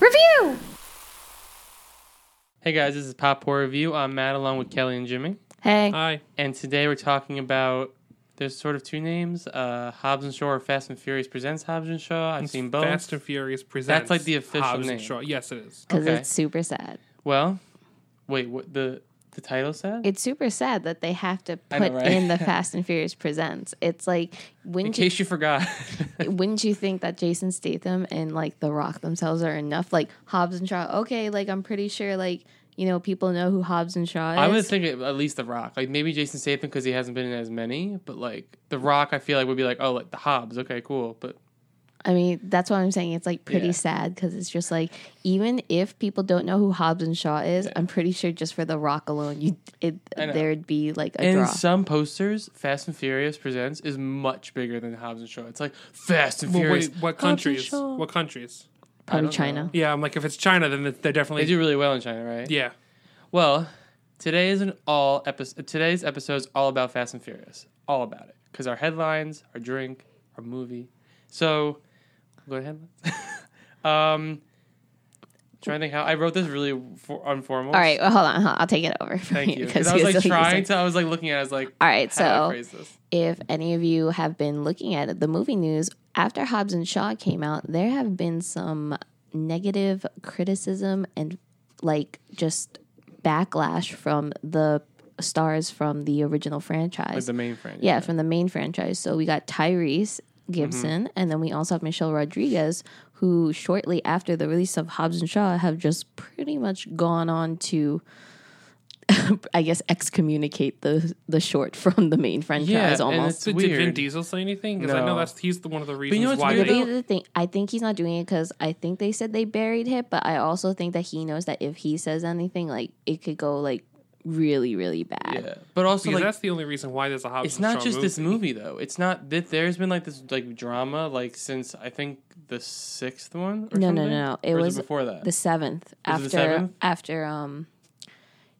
Review! Hey guys, this is Pop Horror Review. I'm Matt along with Kelly and Jimmy. Hey. Uh, Hi. And today we're talking about there's sort of two names, uh, Hobbs and Shaw or Fast and Furious Presents Hobbs and Shaw. I've seen both. Fast and Furious presents. like the official Hobbs name. And Shaw. Yes, it is. Because Okay. it's super sad. Well, wait, what the the title said? It's super sad that they have to I know, put right? in the Fast and Furious presents. It's like, In wouldn't you, case you forgot. wouldn't you think that Jason Statham and like The Rock themselves are enough? Like Hobbs and Shaw. Okay, like I'm pretty sure like you know people know who Hobbs and Shaw is. I was thinking at least The Rock, like maybe Jason Statham because he hasn't been in as many, but like The Rock, I feel like would be like, oh, like the Hobbs, okay, cool, but I mean, that's what I'm saying. It's like pretty Yeah. sad because it's just like even if people don't know who Hobbs and Shaw is, I'm pretty sure just for The Rock alone, you it, I know. there'd be like a in draw. some posters, Fast and Furious Presents is much bigger than Hobbs and Shaw. It's like Fast and Well, Furious. wait, what Hobbs and countries? Shaw. What countries? Probably don't China. know. Yeah, I'm like, if it's China, then they're- they're They definitely. do really well in China, right? Yeah. Well, today is an all episode. Today's episode is all about Fast and Furious, all about it, because our headlines, our drink, our movie. So, go to headlines. um, trying to think how I wrote this really for, informal. All right, well, hold on, hold on. I'll take it over. From Thank you. Because Because I was like you trying to. I was like looking at. it, I was like, All right, how do I so- phrase this? if any of you have been looking at the movie news after Hobbs and Shaw came out, there have been some negative criticism and like just backlash from the stars from the original like franchise. the main frame. yeah, from the main franchise. So we got Tyrese Gibson, Mm-hmm. and then we also have Michelle Rodriguez, who shortly after the release of Hobbs and Shaw have just pretty much gone on to, I guess, excommunicate the the short from the main franchise Yeah, and almost. it's Did, did Vin weird. Diesel say anything? Because I No. know that's he's the one of the reasons you know what's why weird, they. These are the thing. I think he's not doing it because I think they said they buried him, but I also think that he knows that if he says anything, like it could go like really, really bad. Yeah, but also Because like that's the only reason why there's a Hobbs it's and not Shaw just movie. this movie though. It's not that there's been like this like drama like since I think the sixth one. Or No, no, something? no, it Or is was before that. The seventh Is it after the seventh? after um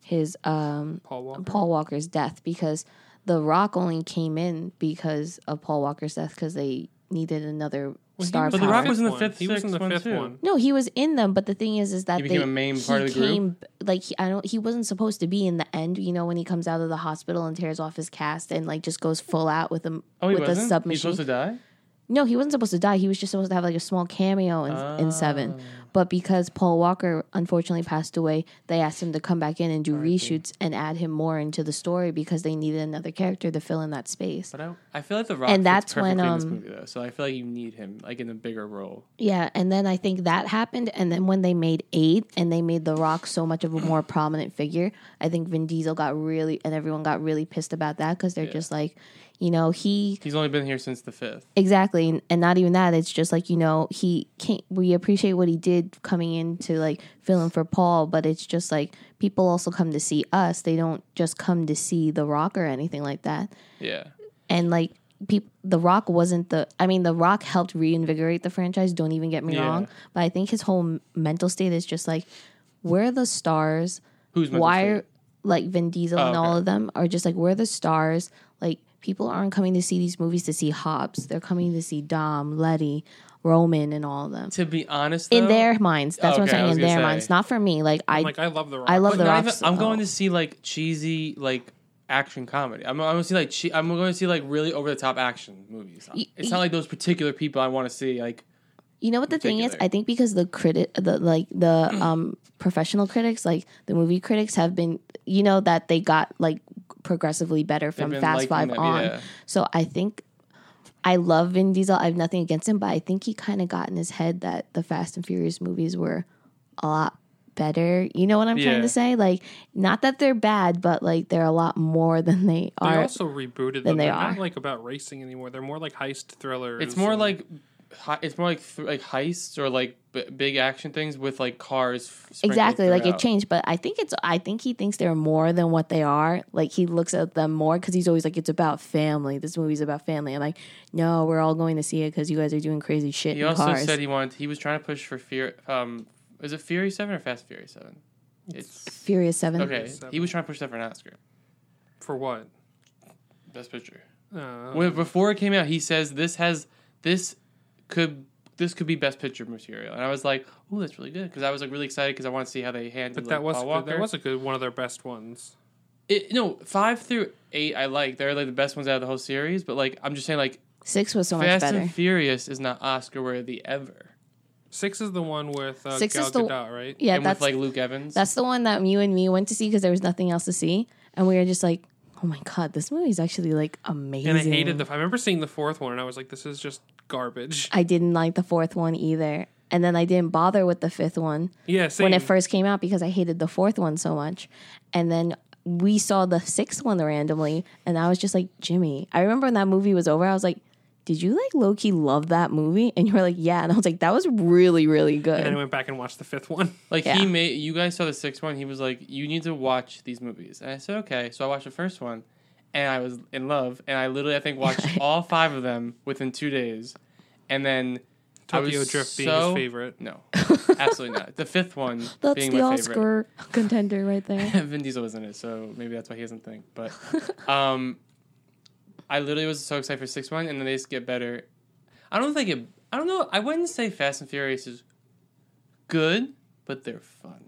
his um Paul Walker. Paul Walker's death because The Rock only came in because of Paul Walker's death because they needed another Well, he star was But power. The Rock was in the one. fifth, He was in sixth the one, fifth too. one. no, he was in them, but the thing is, is that He became they, a main he part of the group? came, Like he, I don't, he wasn't supposed to be in the end. You know, when he comes out of the hospital and tears off his cast and like just goes full out with a Oh, he with wasn't. a He's submachine. supposed to die. No, he wasn't supposed to die. He was just supposed to have like a small cameo in, in Seven. But because Paul Walker unfortunately passed away, they asked him to come back in and do reshoots and add him more into the story because they needed another character to fill in that space. But I, I feel like the Rock And fits that's when, perfectly in this um, movie though, so I feel like you need him like in a bigger role. Yeah, and then I think that happened. And then when they made Eight and they made The Rock so much of a more prominent figure, I think Vin Diesel got really, and everyone got really pissed about that because they're just like, you know, he He's only been here since the fifth. Exactly, and, and not even that. It's just like you know he can't. We appreciate what he did coming in to like fill in for Paul, but it's just like people also come to see us. They don't just come to see The Rock or anything like that. Yeah, And like peop The Rock wasn't the. I mean, The Rock helped reinvigorate the franchise. Don't even get me Yeah. wrong, but I think his whole m- mental state is just like we're the stars who's meant to why fit? are like Vin Diesel Oh, and all okay. of them are just like we're the stars. Like people aren't coming to see these movies to see Hobbs. They're coming to see Dom, Letty, Roman, and all of them. to be honest In though, their minds, that's what I'm Okay, I saying. was In gonna their say. Oh minds, not for me. Like I, I'm like I love the Rock. I love But the not Rock. Oh. even- so- I'm going to see like cheesy like action comedy. I'm, I'm going to see like che- I'm going to see like really over the top action movies. it's not like those particular people I want to see. Like You know what the thing is? particular. Mm. I think because the critic, the like the um professional critics, like the movie critics, have been, you know, that they got like progressively better from been Fast liking Five them, on. yeah. So I think I love Vin Diesel. I have nothing against him, but I think he kind of got in his head that the Fast and Furious movies were a lot better. You know what I'm trying Yeah. to say? Like, not that they're bad, but like they're a lot more than they They are. also rebooted them. they They are are. not like about racing anymore. They're more like heist thrillers. it's more and- like hi- it's more like th- like heists or like b- big action things with like cars. f- sprinkled exactly like it throughout. changed but i think it's i think he thinks they're more than what they are like he looks at them more because he's always like it's about family this movie's about family i'm like no we're all going to see it because you guys are doing crazy shit He in also cars said he wanted. He was trying to push for fear. Um, is it Fury Seven or Fast Fury Seven? It's furious seven okay. Seven. He was trying to push that for an Oscar. for what? Best picture. Uh, When, before it came out, he says this has this could this could be best picture material, and I was like, oh, that's really good because I was like really excited because I want to see how they handled. But that like, was Paul good, Walker. that was a good one of their best ones. It, no five through eight. I like they're like the best ones out of the whole series, but like I'm just saying like Six was so much Fast better. and Furious is not Oscar worthy ever. Six is the one with uh, Six Gal is the- Gadot, right? Yeah, and that's with like Luke Evans. that's the one that you and me went to see because there was nothing else to see, and we were just like, "Oh my god, this movie's actually like amazing." And I hated the. I remember seeing the fourth one, and I was like, "This is just garbage." I didn't like the fourth one either, and then I didn't bother with the fifth one Yeah, same. when it first came out because I hated the fourth one so much, and then. We saw the sixth one randomly, and I was just like, Jimmy. I remember when that movie was over, I was like, Did you like low key love that movie? And you were like, Yeah. And I was like, That was really, really good. and then I went back and watched the fifth one. Like Yeah. he made you guys saw the sixth one. He was like, "You need to watch these movies," and I said, "Okay." So I watched the first one, and I was in love. And I literally, I think, watched all five of them within two days, and then I was Tokyo Drift being so- his favorite. No, absolutely not. The fifth one That's being the my favorite. Oscar contender right there. Vin Diesel was in it, so maybe that's why he doesn't think. But um, I literally was so excited for six one, and then they just get better. I don't think it. I don't know. I wouldn't say Fast and Furious is good, but they're fun.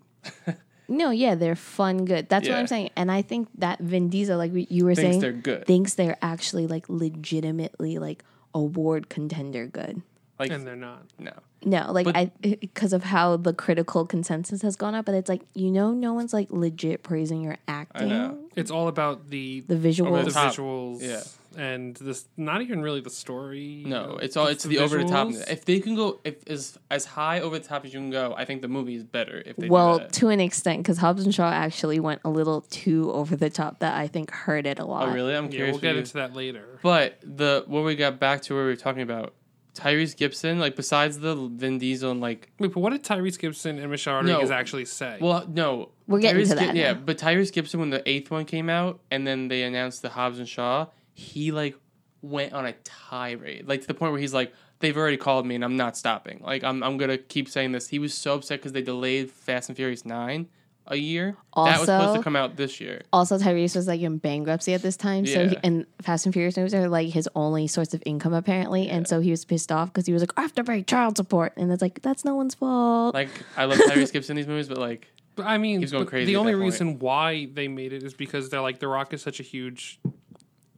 No, yeah, they're fun, good. That's what Yeah. I'm saying. And I think that Vin Diesel, like we- you were Thinks saying, they're good. thinks they're actually like legitimately like award contender good. Like And they're not. no. No, like But- I because of how the critical consensus has gone up, but it's like you know, no one's like legit praising your acting, know. It's all about the the over visuals. the top. visuals, Yeah. and this not even really the story. No, it's all it's the, over the top. If they can go if as as high over the top as you can go, I think the movie is better if they well, do that. to an extent, because Hobbs and Shaw actually went a little too over the top that I think hurt it a lot. Oh really? I'm yeah, curious. we'll get what you- into that later. but the what we got back to where we were talking about Tyrese Gibson, like besides the Vin Diesel and like Wait, but what did Tyrese Gibson and Michelle Rodriguez actually say? well no We're getting Tyrese to that yeah, now. but Tyrese Gibson when the eighth one came out and then they announced the Hobbs and Shaw, he like went on a tirade like to the point where he's like they've already called me and I'm not stopping like I'm I'm gonna keep saying this. He was so upset because they delayed Fast and Furious nine a year that was supposed Also- to come out this year. also Tyrese was like in bankruptcy at this time, so he, Yeah. and Fast and Furious movies are like his only source of income apparently, and so he was pissed off because he was like, I have to pay child support, and it's like that's no one's fault. Like I love Tyrese Gibson in these movies, but like But I mean, He was going but crazy the at only that point. reason why they made it is because they're like, The Rock is such a huge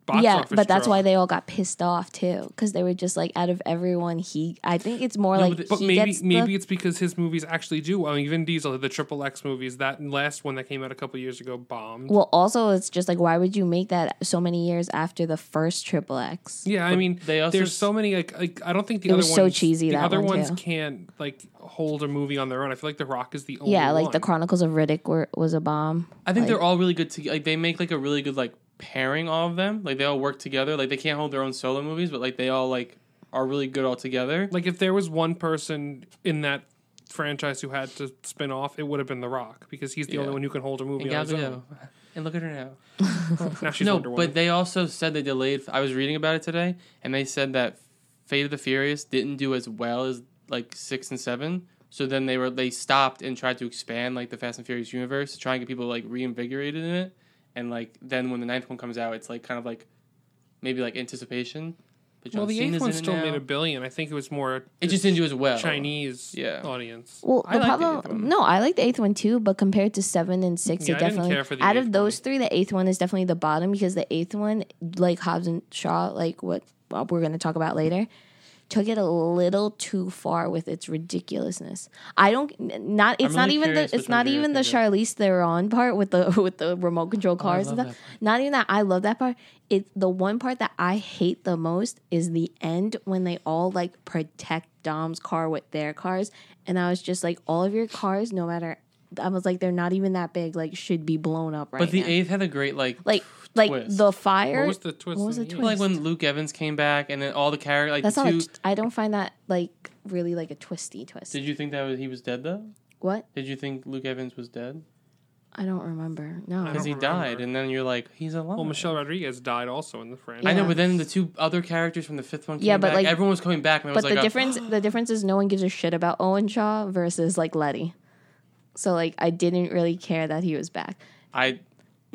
box yeah, office. but that's draw. why they all got pissed off too, because they were just like, out of everyone, he. I think it's more No, like, but- But he maybe gets the- maybe it's because his movies actually do. I mean, Vin Diesel, the Triple X movies, that last one that came out a couple years ago bombed. well, also it's just like, why would you make that so many years after the first Triple X? yeah, I mean, they also there's s- so many. Like, like, I don't think the It other was so ones, cheesy, The that other one, ones too. can't like hold a movie on their own. I feel like The Rock is the only. Yeah, like the one. Chronicles of Riddick were, was a bomb. I think Like- they're all really good. To, like they make like a really good like pairing all of them. Like they all work together. Like they can't hold their own solo movies, but like they all like are really good all together. Like if there was one person in that franchise who had to spin off, it would have been The Rock because he's the Yeah. only one who can hold a movie And on Gal his Gadot. own. And look at her now. Now she's no, Wonder Woman. but they also said they delayed. I was reading about it today, and they said that Fate of the Furious didn't do as well as like six and seven. So then they were they stopped and tried to expand like the Fast and Furious universe to try and get people like reinvigorated in it. And like then when the ninth one comes out, it's like kind of like maybe like anticipation. But John well, the Cena's eighth one in it still now. made a billion. I think it was more It just didn't do as well. Chinese Yeah. audience. Well, the I like the problem. eighth one. no, I like the eighth one too, but compared to seven and six, Yeah, it I didn't definitely care for the out of eighth those three, the eighth one is definitely the bottom because the eighth one, like Hobbs and Shaw, like what we're going to talk about later, took it a little too far with its ridiculousness. I don't n- not it's I'm not really even the curious it's which one not you're even the thinking Charlize Theron part with the with the remote control cars and love stuff. Not even that. I love that part. It's the one part that I hate the most is the end when they all like protect Dom's car with their cars, and I was just like, all of your cars, no matter. I was like, they're not even that big. Like, should be blown up right But the now. eighth had a great like like, like twist. the fire. What was the twist? what was in the the twist? end? like when Luke Evans came back and then all the characters like That's the not. two. A, t- I don't find that like really like a twisty twist. Did you think that was, he was dead though? what? Did you think Luke Evans was dead? I don't remember. No. I Because don't he died, remember. and then you're like, he's alive. Well, Michelle Rodriguez died also in the franchise. I know, Yeah. but then the two other characters from the fifth one came Yeah, but, back. like- everyone was coming back, and it was But like, the uh, a- difference the difference is no one gives a shit about Owen Shaw versus like Letty. So like I didn't really care that he was back. I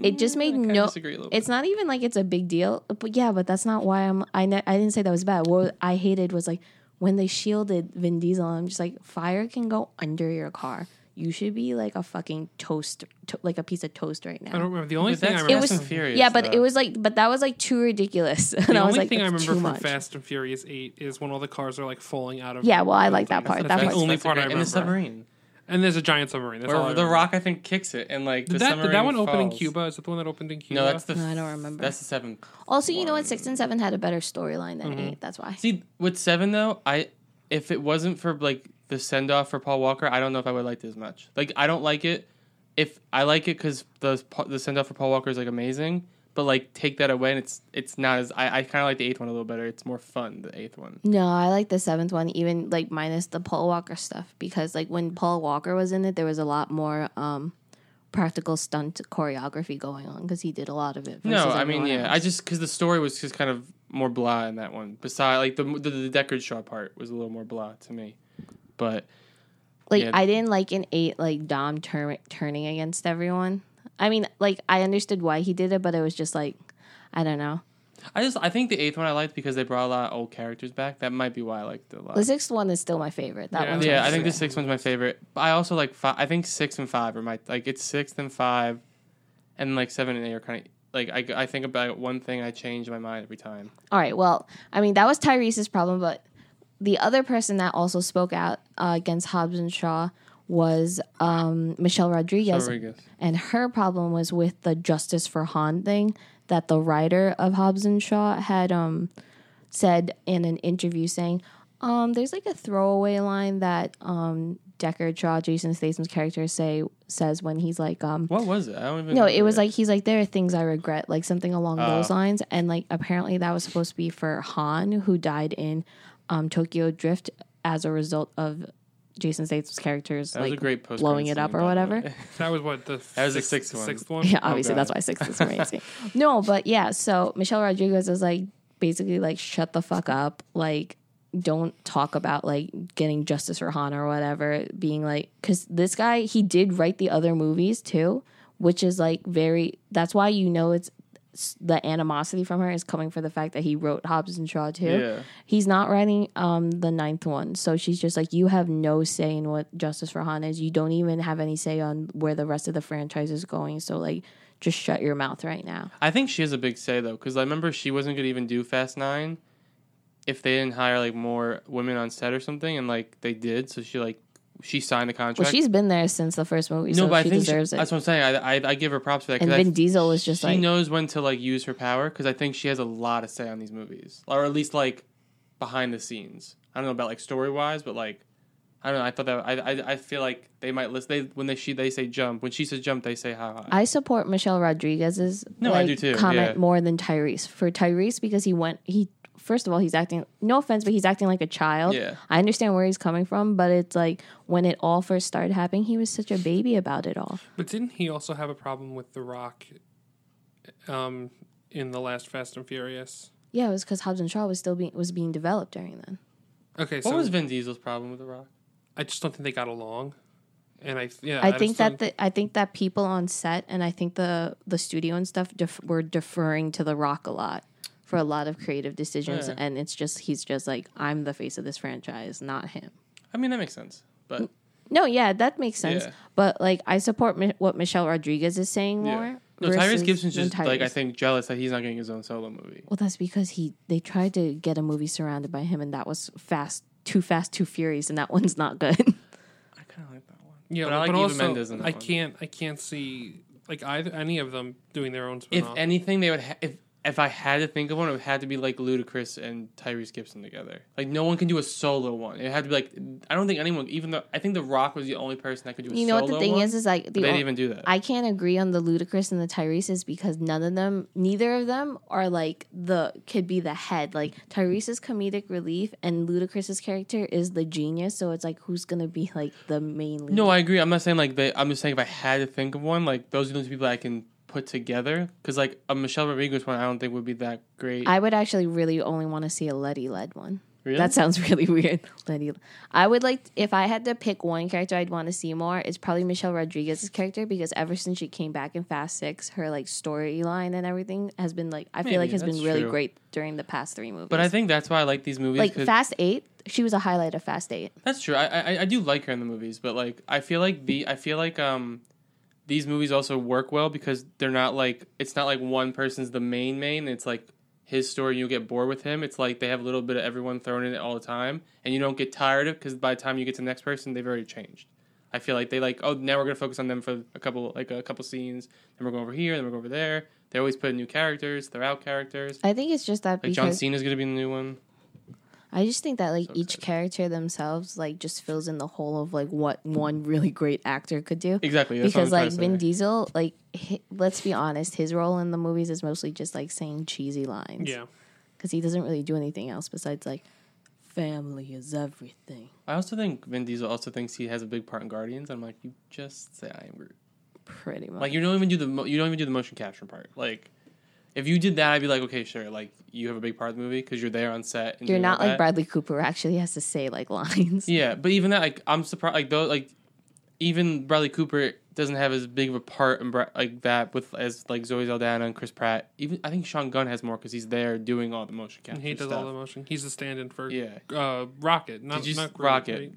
It just Mm, made kinda no disagree a little bit. It's not even like it's a big deal. But yeah, but that's not why I'm I ne- I didn't say that was bad. What I hated was like when they shielded Vin Diesel, I'm just like, fire can go under your car. You should be like a fucking toast, to- like a piece of toast right now. I don't remember. The only But thing I that's remember, Fast was- and Furious. yeah, but though. it was like, but that was like too ridiculous, and the I was only like, thing I "That's remember too much. from Fast and Furious Eight is when all the cars are like falling out of. Yeah, well, I the like that thing. part. That's That the part's- only That's a part I great- remember. And the submarine. And there's a giant submarine. That's all I Or the remember. Rock, I think, kicks it, and like the Did that, did submarine that one open in falls. Cuba? Is that the one that opened in Cuba? No, that's the. No, I don't remember. That's the seventh. Also, you know what? Six and seven had a better storyline than Mm-hmm. eight. That's why. See, with seven though, I if it wasn't for like the send off for Paul Walker, I don't know if I would like it as much. Like, I don't like it. If I like it because the the send off for Paul Walker is like amazing, but like take that away and it's it's not as I, I kind of like the eighth one a little better. It's more fun the eighth one. No, I like the seventh one, even like minus the Paul Walker stuff, because like when Paul Walker was in it, there was a lot more um practical stunt choreography going on because he did a lot of it. No, versus I mean everyone yeah, else. I just because the story was just kind of more blah in that one. Besides, like the the, the Deckard Shaw part was a little more blah to me, but like yeah. I didn't like in eight like Dom tur- turning against everyone. I mean, like I understood why he did it, but it was just like I don't know. I just I think the eighth one I liked because they brought a lot of old characters back. That might be why I liked it a lot. The sixth one is still my favorite. That Yeah. one, yeah, I think the sixth one's my favorite. But I also like five. I think six and five are my like it's six and five, and like seven and eight are kind of like I I think about one thing I change my mind every time. All right. Well, I mean, that was Tyrese's problem, but the other person that also spoke out uh, against Hobbs and Shaw was um, Michelle Rodriguez, Rodriguez. and her problem was with the Justice for Han thing that the writer of Hobbs and Shaw had um, said in an interview, saying, um, "There's like a throwaway line that um, Deckard Shaw, Jason Statham's character, say says when he's like, um, What was it? I don't even. no, Oh. remember it was like he's like there are things I regret, like something along those lines, and like apparently that was supposed to be for Han, who died in um, Tokyo Drift as a result of Jason Statham's characters That was a like great post blowing it up or whatever. that was what the. That was the sixth- sixth one. Sixth one. Yeah, obviously God. that's why six is amazing. no, but yeah, so Michelle Rodriguez is like basically like shut the fuck up, like don't talk about like getting justice for Han or whatever. Being like, because this guy he did write the other movies too, which is like very. That's why you know it's the animosity from her is coming from the fact that he wrote Hobbs and Shaw too. Yeah. He's not writing um the ninth one, so she's just like, you have no say in what Justice for Han is. You don't even have any say on where the rest of the franchise is going. So like, just shut your mouth right now. I think she has a big say though, because I remember she wasn't gonna even do Fast Nine if they didn't hire like more women on set or something, and like they did, so she like she signed the contract. Well, she's been there since the first movie, no, so but I she think she- deserves it. that's what I'm saying. I, I, I give her props for that. 'cause And I Vin Diesel was just she like, knows when to like use her power because I think she has a lot of say on these movies, or at least like behind the scenes. I don't know about like story wise, but like I don't know. I thought that I, I I feel like they might list they when they she they say jump when she says jump they say how high. I support Michelle Rodriguez's No, I like, do too, comment yeah. more than Tyrese. For Tyrese, because he went he first of all he's acting no offense, but he's acting like a child. Yeah. I understand where he's coming from, but it's like when it all first started happening, he was such a baby about it all. But didn't he also have a problem with The Rock um, in the last Fast and Furious? Yeah, it was because Hobbs and Shaw was still being was being developed during then. Okay, what so was Vin Diesel's problem with The Rock? I just don't think they got along. And I, yeah, I just think don't- that the I think that people on set and I think the the studio and stuff def- were deferring to The Rock a lot for a lot of creative decisions, Yeah. and it's just he's just like I'm the face of this franchise, not him. I mean that makes sense, but No, yeah, that makes sense. Yeah. But like, I support mi- what Michelle Rodriguez is saying more. yeah. No, versus Tyrese Gibson's than just like I Tyrese. think jealous that he's not getting his own solo movie. Well, that's because he they tried to get a movie surrounded by him, and that was fast, too fast, too furious, and that one's not good. I kind of like that one. yeah, but I like Eva Mendes in that I one. can't, I can't see like either any of them doing their own If spin anything, they would ha- if if I had to think of one, it would have to be like Ludacris and Tyrese Gibson together. Like no one can do a solo one. It had to be like I don't think anyone, even though I think The Rock was the only person that could do. a you know solo what the thing one, is? Is like but the they o- didn't even do that. I can't agree on the Ludacris and the Tyrese is because none of them, neither of them are like the could be the head. Like Tyrese's comedic relief and Ludacris's character is the genius. So it's like who's gonna be like the main? Lead? no, I agree. I'm not saying like they. I'm just saying if I had to think of one, like those are the two people I can put together. Because like a Michelle Rodriguez one, I don't think would be that great. I would actually really only want to see a Letty led one. Really? That sounds really weird. Letty. I would like if I had to pick one character I'd want to see more. It's probably Michelle Rodriguez's character because ever since she came back in Fast Six, her like storyline and everything has been like I feel Maybe, like has been that's really true. great during the past three movies. but I think that's why I like these movies. like 'cause- Fast Eight, she was a highlight of Fast Eight. That's true. I, I I do like her in the movies, but like I feel like the I feel like um these movies also work well because they're not like it's not like one person's the main main. It's like his story. You get bored with him. It's like they have a little bit of everyone thrown in it all the time, and you don't get tired of because by the time you get to the next person, they've already changed. I feel like they like oh now we're gonna focus on them for a couple like a couple scenes. Then we're going over here. Then we're going over there. They always put in new characters. They're out characters. I think it's just that Like John because Cena's gonna be in the new one. I just think that like So each excited. character themselves like just fills in the whole of like what one really great actor could do. Exactly. That's what because I'm like trying to Vin say. Diesel, like hi let's be honest, his role in the movies is mostly just like saying cheesy lines. Yeah. because he doesn't really do anything else besides like family is everything. I also think Vin Diesel also thinks he has a big part in Guardians. I'm like, you just say I am Groot. Pretty much. Like you don't even do the mo- you don't even do the motion capture part. Like if you did that, I'd be like, okay, sure. Like you have a big part in the movie because you're there on set. And You're doing not all like that. Bradley Cooper who actually has to say like lines. Yeah, but even that, like I'm surprised. Like though, like even Bradley Cooper doesn't have as big of a part in Bra- like that with as like Zoe Saldana and Chris Pratt. Even I think Sean Gunn has more because he's there doing all the motion capture. And he does stuff. all the motion. He's the stand-in for Yeah. uh, Rocket. Not, Did you not s- Groot, Rocket? right?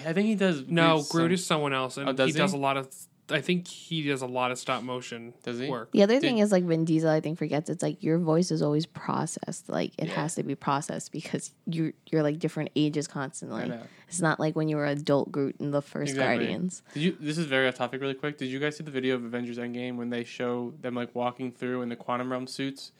Uh, I think he does. No, some- Groot is someone else, and Oh, does he does he? a lot of. I think he does a lot of stop motion Does he? work. The other Did- thing is like Vin Diesel, I think forgets it's like your voice is always processed. Like it Yeah. has to be processed because you're you're like different ages I constantly. know. It's not like when you were adult Groot in the first Exactly. Guardians. Did you? This is very off topic, really quick. Did you guys see the video of Avengers Endgame when they show them like walking through in the quantum realm suits,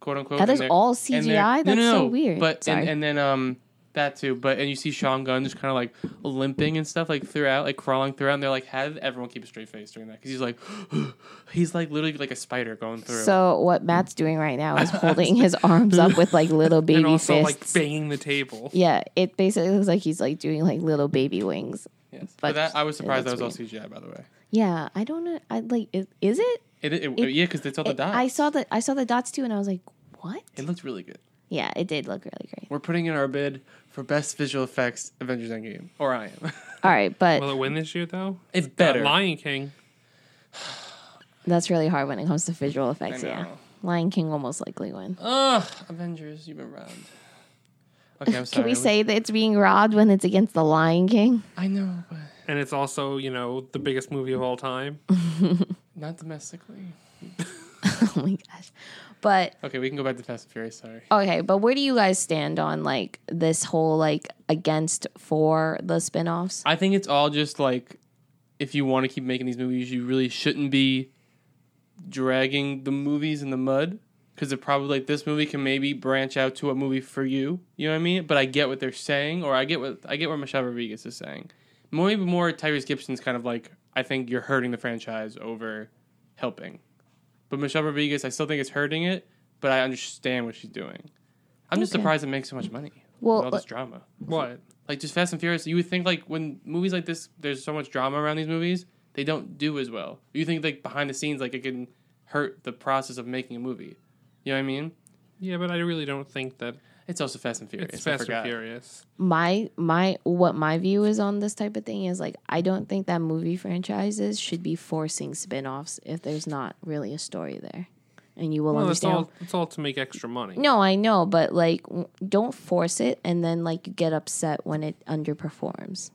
quote unquote? That and is they're- all and they're- CGI. That's so weird. But Sorry. and, and then um that too. But and you see Sean Gunn just kind of like limping and stuff like throughout, like crawling throughout. And they're like, how did everyone keep a straight face during that? Because he's like, he's like literally like a spider going through. so what Matt's doing right now is holding his arms up with like little baby and also like fists. banging the table. yeah, it basically looks like he's like doing like little baby wings. yes. But, but that I was it surprised that was looks all CGI. By the way, Yeah, I don't know. I like is, is it? it, it, It- yeah, because they all the It- I dots. saw the I saw the dots too, and I was like, what? It looked really good. Yeah, it did look really great. We're putting in our bid for best visual effects Avengers Endgame, or I am. All right, but Will it win this year though? it's Got better. Lion King. That's really hard when it comes to visual effects. I Yeah, know. Lion King will most likely win. Oh, Ugh, Avengers, you've been robbed. Okay, I'm sorry. Can we say that it's being robbed when it's against the Lion King? I know, but And it's also, you know, the biggest movie of all time. not domestically. oh my gosh! But Okay, we can go back to Fast and Furious. Sorry. okay, but where do you guys stand on like this whole like against for the spin-offs? I think it's all just like, if you want to keep making these movies, you really shouldn't be dragging the movies in the mud because it probably like this movie can maybe branch out to a movie for you. You know what I mean? But I get what they're saying, or I get what I get what Michelle Rodriguez is saying. More even more, Tyrese Gibson's kind of like I think you're hurting the franchise over helping. But Michelle Rodriguez, I still think it's hurting it, but I understand what she's doing. I'm just Okay. surprised it makes so much money. Well, with all this uh, drama What? like just Fast and Furious, you would think like when movies like this, there's so much drama around these movies, they don't do as well. You think like behind the scenes, like it can hurt the process of making a movie. You know what I mean? Yeah, but I really don't think that It's also Fast and Furious. it's I Fast and forgot. Furious. my my what my view is on this type of thing is like I don't think that movie franchises should be forcing spin-offs if there's not really a story there. And you will Well, it's understand. all it's all to make extra money. no, I know, but like w- don't force it and then like you get upset when it underperforms.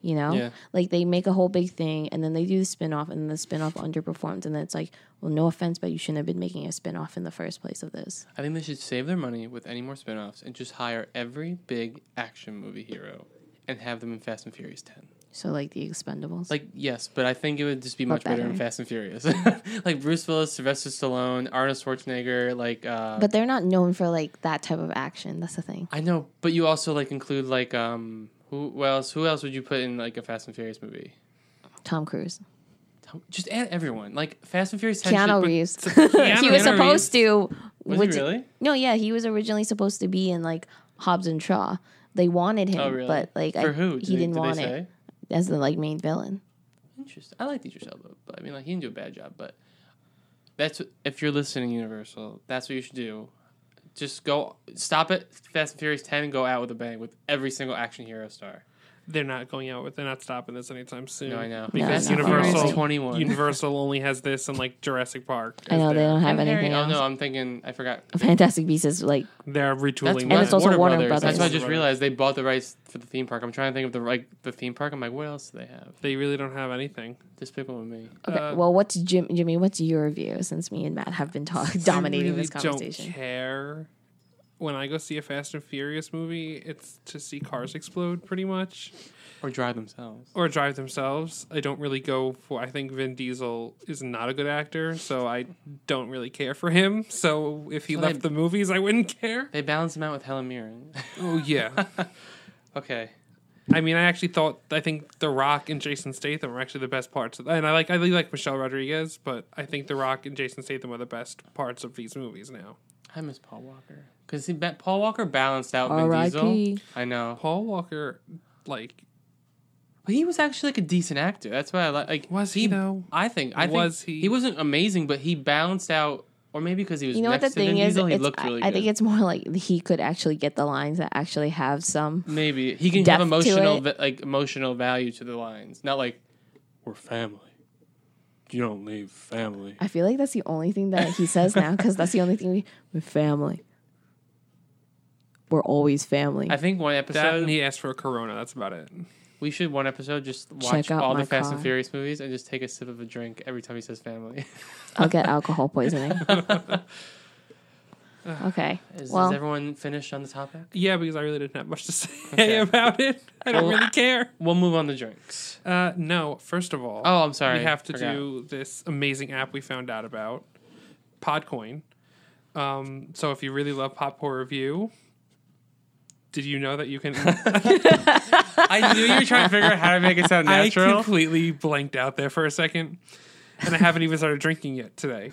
You know? Yeah. Like they make a whole big thing and then they do the spin-off and then the spin-off underperforms and then it's like, well, no offense, but you shouldn't have been making a spin-off in the first place of this. I think they should save their money with any more spin-offs and just hire every big action movie hero and have them in Fast and Furious 10. So like the expendables. Like, yes, but I think it would just be But much better. in better. Fast and Furious. like Bruce Willis, Sylvester Stallone, Arnold Schwarzenegger, like uh but they're not known for like that type of action. That's the thing. I know, but you also like include like um who who else who else would you put in like a Fast and Furious movie? Tom Cruise. Tom- Just add everyone. Like Fast and Furious. 10 should- Keanu but- Reeves. Keanu he was Reeves. supposed to. Was which- he really? No, yeah, he was originally supposed to be in like Hobbs and Shaw. They wanted him, Oh, really? but like For I, who? he Did didn't did they want it say? as the like main villain. Interesting. I like Idris Elba, but I mean, like he didn't do a bad job. But that's what- if you're listening, Universal. That's what you should do. Just go stop at Fast and Furious ten and go out with a bang with every single action hero star. they're not going out with. They're not stopping this anytime soon. No, I know. Because No, it's not Universal Crazy. twenty one. Universal only has this and like Jurassic Park. I is know they their- don't have I'm hearing- anything oh else. no, I'm thinking. I forgot. Fantastic Beasts, like They're That's retooling. And that. it's also Warner Brothers. That's why I just Warner Brothers. realized they bought the rights for the theme park. I'm trying to think of the right the theme park. I'm like, what else do they have? They really don't have anything. Despicable Me. okay. Uh, well, what's Jim, Jimmy? What's your view? Since me and Matt have been talk- dominating I really this conversation, Don't care. When I go see a Fast and Furious movie, it's to see cars explode, pretty much, Or drive themselves. or drive themselves. I don't really go for. I think Vin Diesel is not a good actor, so I don't really care for him. So if he So they- left the movies, I wouldn't care. They balance them out with Helen Mirren. Oh yeah. okay. I mean, I actually thought I think The Rock and Jason Statham are actually the best parts. Of, and I like I really like Michelle Rodriguez, but I think The Rock and Jason Statham are the best parts of these movies now. I miss Paul Walker because he ba- Paul Walker balanced out Vin Diesel. R.I.P.. I know. Paul Walker, like, But he was actually like a decent actor. That's why I like. like was he, though? I think. I Was think he? he wasn't amazing, but he balanced out. Or maybe because he was you know what next the to thing Vin is? Diesel, he It's- looked really I, I good. think it's more like he could actually get the lines that actually have some. maybe he can depth have to emotional it. va- like emotional value to the lines, not like we're family. You don't leave family. I feel like that's the only thing that he says now because that's the only thing we. We're family. We're always family. I think one That episode and he asked for a Corona. That's about it. we should one episode just watch out all the my Fast and car. Furious movies and just take a sip of a drink every time he says family. I'll get alcohol poisoning. okay. Is, well, is everyone finished on the topic? Yeah, because I really didn't have much to say Okay. about it. I don't really care. We'll move on to drinks. Uh, no, first of all, Oh, I'm sorry. we have to Forgot. do this amazing app we found out about, Podcoin. Um, so if you really love Pop Horror Review, did you know that you can? I knew you were trying to figure out how to make it sound I natural. completely blanked out there for a second, and I haven't even started drinking yet today.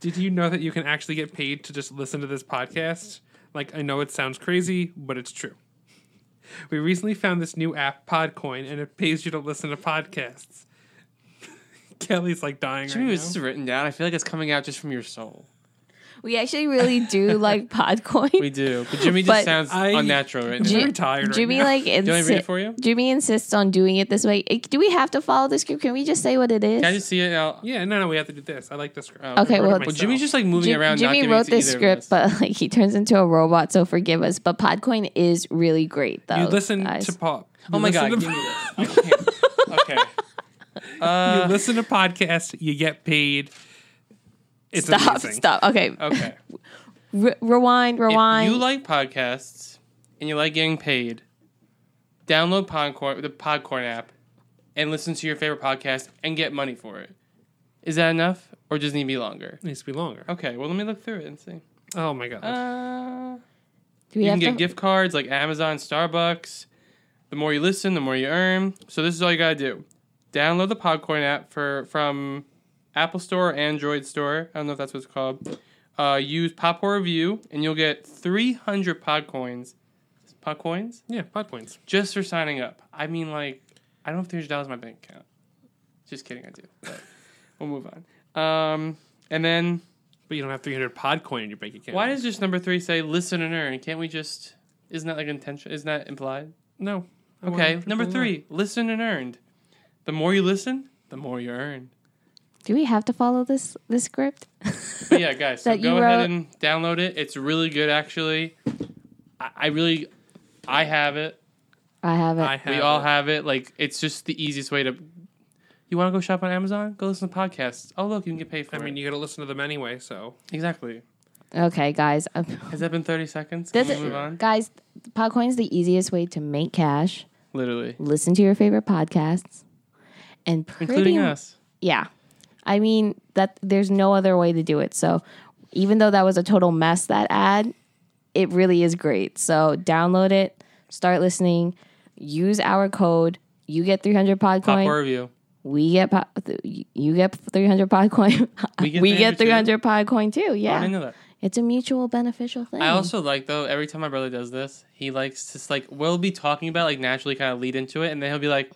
Did you know that you can actually get paid to just listen to this podcast? Like, I know it sounds crazy, but it's true. We recently found this new app, Podcoin, and it pays you to listen to podcasts. Kelly's like dying Jimmy right was now. just written down. I feel like it's coming out just from your soul. we actually really do like Podcoin. We do, but Jimmy just But sounds I- unnatural right Ji- now. very tired right Jimmy now. like Do I read it insi- for you? Jimmy insists on doing it this way. Eh, Do we have to follow the script? Can we just say what it is? Can I just see it now? Yeah, no, no, we have to do this. I like this. girl. Oh, Okay, I wrote it well- Well, myself. Jimmy's just like moving Jim- around. Jimmy wrote this script, but like he turns into a robot, so forgive us. But Podcoin is really great, though. you listen guys. to pop. oh You my god, listen to- give me this. I can't. Okay. you Uh, listen to podcasts, you get paid. It's stop, amazing. stop. Okay, okay. Re- rewind, rewind. Uh, If you like podcasts and you like getting paid, download Podcorn, the Podcorn app, and listen to your favorite podcast and get money for it. Is that enough, or does it need to be longer? It needs to be longer. Okay, well let me look through it and see. Oh my god. Uh, Do we you have can get to- gift cards like Amazon, Starbucks. The more you listen, the more you earn. So this is all you gotta do: download the Podcoin app for from Apple Store, or Android Store. I don't know if that's what it's called. Uh, use Pop Horror Review, and you'll get 300 Podcoins. Podcoins yeah, pod points. just for signing up. I mean, like, I don't have 300 dollars in my bank account. Just kidding, I do. But we'll move on. Um, and then, But you don't have 300 pod coin in your bank account. why does just number three say listen and earn? Can't we just? Isn't that like intention? Isn't that implied? no? I Okay, wanted to number pull it up. three, listen and earned. The more you listen, the more you earn. Do we have to follow this this script? But yeah, guys, so That you go ahead wrote- and download it. It's really good, actually. I, I really, I have it. I have it. I have we all it. have it. Like, it's just the easiest way to. You want to go shop on Amazon? Go listen to podcasts. Oh, look, you can get paid for I mean, it. you got to listen to them anyway. So exactly. okay, guys. Um, Has that been thirty seconds? Can This we is, move on? guys, Podcoin is the easiest way to make cash. Literally, Listen to your favorite podcasts, and pretty including us. yeah i mean that there's no other way to do it so even though that was a total mess that ad it really is great so download it start listening use our code you get 300 Pop podcoin review. we get po- th- you get 300 podcoin We get 300 300 podcoin too Oh, I yeah know that. it's a mutual beneficial thing Hmm. I also like though every time my brother does this, he likes to like we'll be talking about like naturally kind of lead into it, and then he'll be like,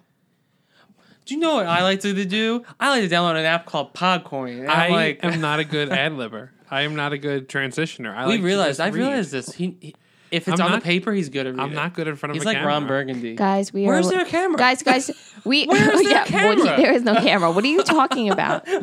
"Do you know what I like to do? I like to download an app called Podcoin." And I I'm like, am not a good ad libber. I am not a good transitioner. I we like to realized just I read. realized this. He, he If it's I'm on not- the paper, he's good at reading. I'm not good in front of He's a like camera. Ron Burgundy. Guys, we Where's are. their camera? Guys, guys, we. Where's their yeah, what do you- camera? there is no camera. What are you talking about?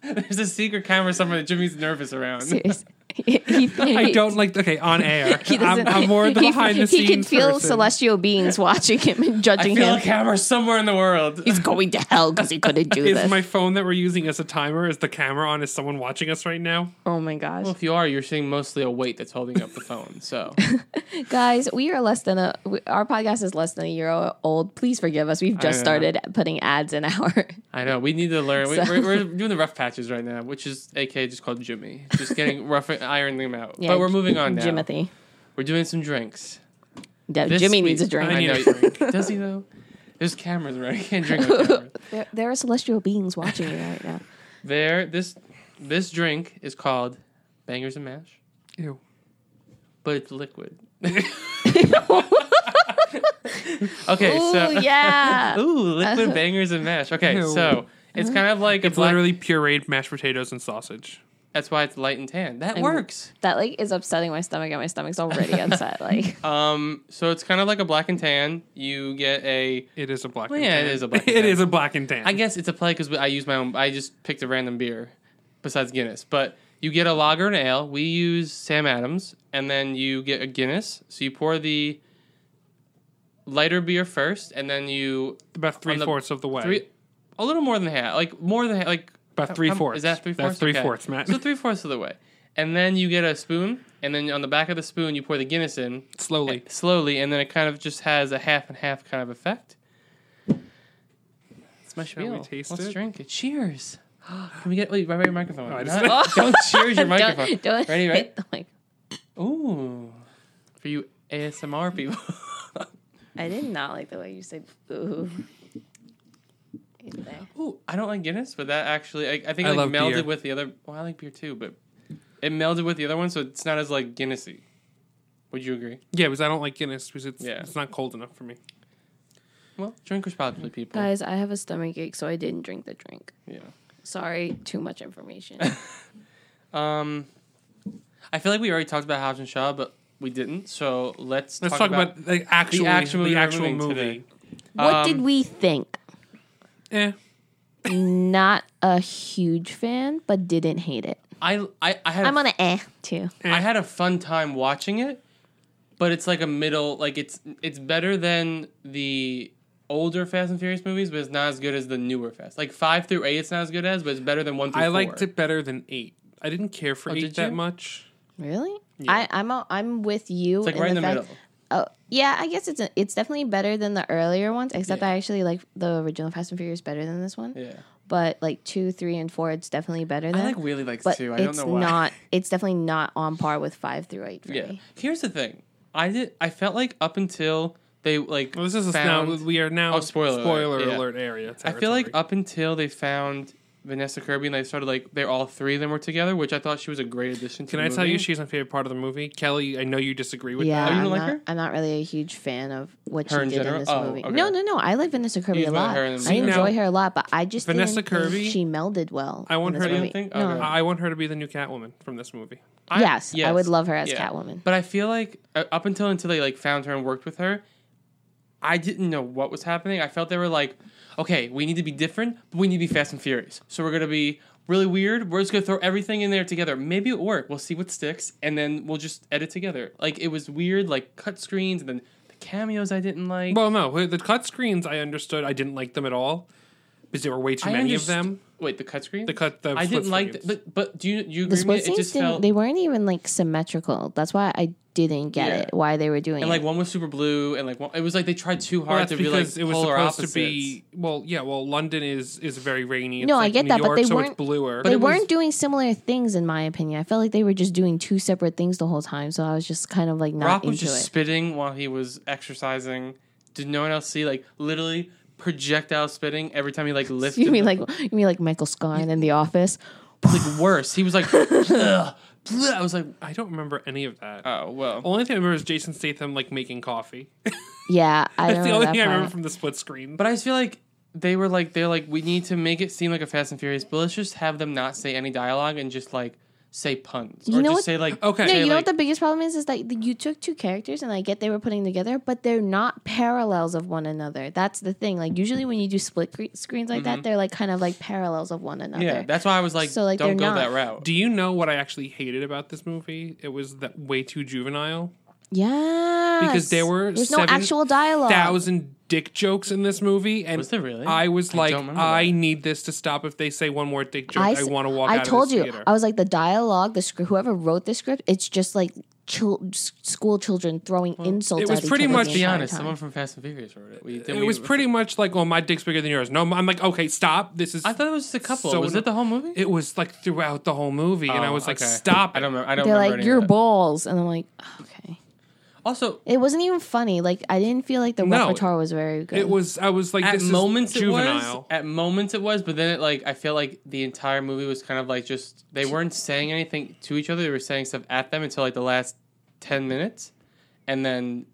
There's a secret camera somewhere that Jimmy's nervous around. Seriously. He- he- I don't like okay on air. he doesn't- I'm, I'm more the he- behind the He scenes. can feel person. celestial beings watching him and I judging feel him. a camera somewhere in the world. He's going to hell because he couldn't do Is this. my phone that we're using as a timer? Is the camera on? Is someone watching us right now? oh my gosh. If you are, you're seeing mostly a weight that's holding up the phone. So Guys, we are less than a. we- Our podcast is less than a year old. Please forgive us. We've just know. started putting ads in our. I know we need to learn. We, So- we're, we're doing the rough patches right now, which is aka just called Jimmy, just getting rough ironing them out. Yeah, but we're moving on now. Jimothy. We're doing some drinks. Da- This Jimmy week- needs a drink. I I know need you drink. Does he though? There's cameras around. You can't drink on camera. There, there are celestial beings watching you right now. There, this this drink is called Bangers and Mash, Ew. but it's liquid. okay, so Ooh, yeah. ooh, liquid bangers and mash. Okay, Ew. so it's kind of like a It's black- literally pureed mashed potatoes and sausage. That's why it's light and tan. That And- works. that like is upsetting my stomach, and my stomach's already upset. Like, Um, so it's kind of like a black and tan. You get a. It is a black. Well, and yeah, tan. it is a black and it tan. is a black and tan. I guess it's a play because I use my own. I just picked a random beer, besides Guinness. But you get a lager and ale. We use Sam Adams, and then you get a Guinness. So you pour the lighter beer first, and then you about three the- fourths of the way. three, a little more than half, like more than half, like about How- three how- fourths. Is that three fourths? That's three Okay. fourths, Matt. So three fourths of the way, and then you get a spoon, and then on the back of the spoon you pour the Guinness in Slowly. slowly, and then it kind of just has a half and half kind of effect. It's my we spiel. taste Let's it? drink it. Cheers. Can we get wait right by your microphone? Oh, I just- Not- don't cheers your microphone. don't, don't Ready, right? hit the mic. Ooh, for you ASMR people. I did not like the way you said ooh. Either. Ooh, I don't like Guinness, but that actually I, I think I it like love melded beer. with the other. Well, I like beer too, but it melded with the other one, so it's not as like Guinnessy. Would you agree? Yeah, because I don't like Guinness because it's, Yeah. it's not cold enough for me. Well, drink responsibly, people. Guys, I have a stomach ache, so I didn't drink the drink. Yeah. Sorry, too much information. Um, I feel like we already talked about Hobbs and Shaw, but we didn't. So let's, Let's talk, about, the actual action the movie we're actual moving movie. today. what Um, did we think? Eh. Not a huge fan, but didn't hate it. I I, I had I'm on an eh too. I had a fun time watching it, but it's like a middle. Like it's it's better than the older Fast and Furious movies, but it's not as good as the newer Fast. Like five through eight, it's not as good as, but it's better than one through I four. liked it better than eight. I didn't care for Oh, eight did that you? much. Really? I, I'm a, I'm with you. It's like right in the, fact- middle. Oh yeah, I guess it's a, it's definitely better than the earlier ones. Except Yeah. I actually like the original Fast and Furious better than this one. Yeah, But like two, three, and four, it's definitely better than. I like really likes but two. I don't it's know why. not. It's definitely not on par with five through eight for yeah. me. Here's the thing. I did. I felt like up until they like. Well, this is now found, we are now Oh, spoiler alert. Yeah. alert area. I feel like territory. up until they found Vanessa Kirby and they started like they all three of them were together, which I thought she was a great addition. to Can the I tell you movie. she's my favorite part of the movie? Kelly, I know you disagree with Yeah, Oh, you I'm don't not. like her? I'm not really a huge fan of what Her she in did general? in this Oh, movie. okay. No, no, no. I like Vanessa Kirby a You like lot. her in I the movie. enjoy Now- her a lot, but I just Vanessa didn't think Kirby- She melded well. I want in this her to- You don't movie. think? No, Okay. no. that. I want her to be the new Catwoman from this movie. I- yes, I would love her as Catwoman. But I feel like uh, up until until they like found her and worked with her, I didn't know what was happening. I felt they were like, okay, we need to be different, but we need to be fast and furious. So we're gonna be really weird. We're just gonna throw everything in there together. Maybe it'll work. We'll see what sticks, and then we'll just edit together. Like it was weird, like cut screens and then the cameos I didn't like. Well, no, the cut screens I understood. I didn't like them at all because there were way too I many underst- of them. Wait, the cut screen. The cut, the I split didn't like, th- screens. but but do you do you the agree? split with me? It scenes just didn't, felt they weren't even like symmetrical. That's why I didn't get Yeah. it. Why they were doing and it. like one was super blue and like one, it was like they tried too Well, hard that's to be like because it was polar supposed opposites. to be well, yeah. Well, London is is very rainy. It's No, I like get New that, but York, they so weren't- It's bluer. they it was- weren't doing similar things, in my opinion. I felt like they were just doing two separate things the whole time. So I was just kind of like not Rock was into just it. spitting while he was exercising. Did no one else see like literally projectile spitting every time he like lifted? You mean the- like you mean like Michael Scott in The Office? like worse? He was like, "Ugh, bleh." I was like, I don't remember any of that. oh well. only thing I remember is Jason Statham like making coffee. Yeah, I That's don't the know only that thing I remember part. from the split screen. But I just feel like they were like they're like we need to make it seem like a Fast and Furious, but let's just have them not say any dialogue and just like say puns You or know just what- say like Okay. No, say, Yeah, you know like- what the biggest problem is? Is that you took two characters and I get they were putting together, but they're not parallels of one another. That's the thing. Like usually when you do split gre- screens like Mm-hmm. that, they're like kind of like parallels of one another. yeah. That's why I was like, So, like, don't they're go not- that route. Do you know what I actually hated about this movie? It was that way too juvenile. yeah. Because there were there's no seven actual dialogue. Thousand dick jokes in this movie, and Was there really? I was I like, don't remember I that. need this to stop. If they say one more dick joke, I I, s- want to walk. I out told of this you. Theater. I was like the dialogue, the script. Whoever wrote the script, it's just like chil- s- school children throwing insults. it was at each pretty other much- the Let's be entire honest. time. Someone from Fast and Furious wrote it. We, did it we- was pretty much like, "Oh, my dick's bigger than yours." No, I'm like, "Okay, stop. This is." I thought it was just a couple. So was no- it the whole movie? it was like throughout the whole movie, and I Oh, was like, okay. "Stop!" I it." don't remember. I don't They're remember. like any your of that. balls, and I'm like, "Oh, okay. Also, It wasn't even funny. Like I didn't feel like the No. repertoire was very good. It was. I was like, at "This moments is it juvenile." was. At moments it was, but then it like I feel like the entire movie was kind of like just they weren't saying anything to each other. They were saying stuff at them until like the last ten minutes, and then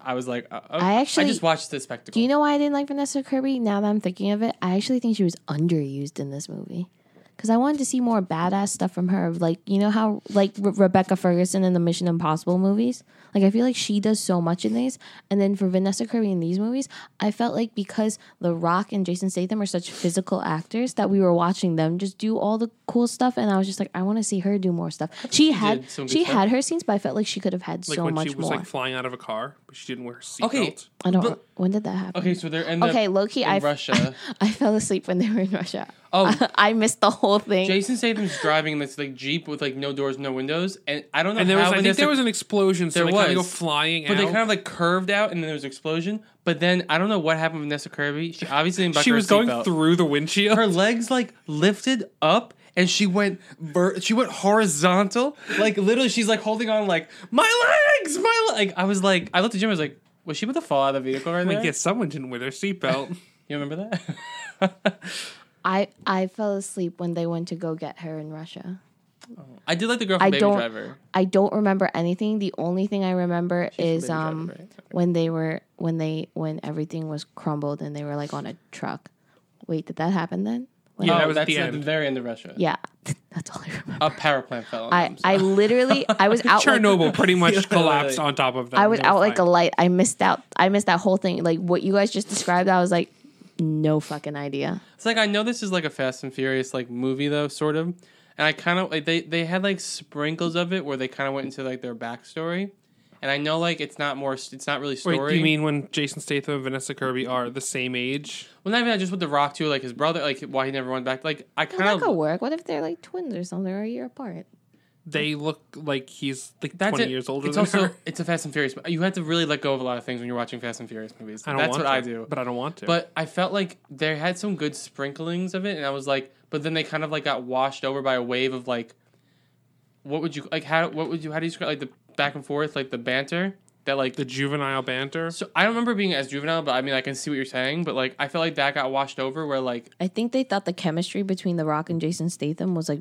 I was like, uh, oh, I actually- just watched the spectacle. Do you know why I didn't like Vanessa Kirby? Now that I'm thinking of it, I actually think she was underused in this movie. Because I wanted to see more badass stuff from her. Like, you know how, like, Re- Rebecca Ferguson in the Mission Impossible movies? Like, I feel like she does so much in these. And then for Vanessa Kirby in these movies, I felt like because The Rock and Jason Statham are such physical actors that we were watching them just do all the cool stuff. And I was just like, I want to see her do more stuff. She had did some good she stuff. had her scenes, but I felt like she could have had like so when much she was more. like flying out of a car, but she didn't wear her seatbelt. Okay. I don't. but- when did that happen? Okay, so they're in the Okay, low-key, in I've- Russia. I fell asleep when they were in Russia. Oh. I missed the whole thing. Jason Statham's driving in this like jeep with like no doors, no windows, and I don't know. And there was, how I think Vanessa- there was an explosion, so There they kind of go was. flying but out. they kind of like curved out, and then there was an explosion. But then I don't know what happened with Vanessa Kirby. She obviously didn't. she buckle her was going seatbelt. through the windshield. her legs like lifted up and she went ver- she went horizontal like literally she's like holding on like my legs my le-. like i was like i looked at jim i was like was she about to fall out of the vehicle right I there guess someone didn't wear their seatbelt. you remember that I I fell asleep when they went to go get her in Russia. i did like the girl from I baby don't- driver I don't remember anything. The only thing I remember is Baby Driver, um right? when they were when they when everything was crumbled and they were like on a truck. Wait, did that happen then? When- Yeah, that oh, was at that's the at the end. very end of russia yeah. That's all I remember. a power plant fell on I them, so- I literally I was out like- Chernobyl pretty much Literally. collapsed on top of that. I was They were out like a flying. light. I missed out. I missed that whole thing. Like what you guys just described, I was like, no fucking idea. It's like I know this is like a Fast and Furious like movie though, sort of, and I kind of like they they had like sprinkles of it where they kind of went into like their backstory, and I know like it's not more it's not really story. Wait, you mean when Jason Statham and Vanessa Kirby are the same age? well not even that, just with the Rock too, like his brother, like why he never went back. Like I kind That of could work. What if they're like twins or something, or a year apart? They look like he's like that's twenty it. years older It's than also her. it's a Fast and Furious. You have to really let go of a lot of things when you're watching Fast and Furious movies. I don't That's want what to, I do. but I don't want to. But I felt like they had some good sprinklings of it, and I was like, but then they kind of like got washed over by a wave of like, what would you like? How what would you how do you describe like the back and forth like the banter that like the juvenile banter. so I don't remember being as juvenile, but I mean I can see what you're saying, but like I felt like that got washed over where like I think they thought the chemistry between The Rock and Jason Statham was like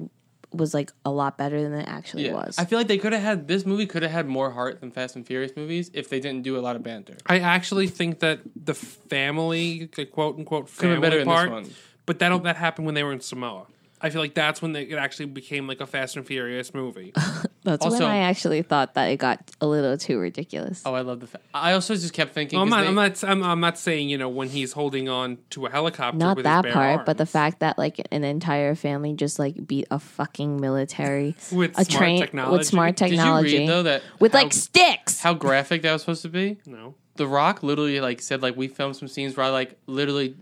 was like a lot better than it actually yeah, was. I feel like they could have had this movie could have had more heart than Fast and Furious movies if they didn't do a lot of banter. I actually think that the family, the quote unquote have family been better in this part, one. but that don't- that happened when they were in Samoa. I feel like that's when they, it actually became like a Fast and Furious movie. That's Also- when I actually thought that it got a little too ridiculous. Oh, I love the. Fa- I also just kept thinking. Well, I'm 'cause not, they- I'm not, I'm, I'm not saying you know when he's holding on to a helicopter. Not with that his bare part, but the arms. fact that like an entire family just like beat a fucking military With a smart train technology? with smart Did you technology read though that with how- like sticks. how graphic that was supposed to be? no, The Rock literally like said like we filmed some scenes where I like literally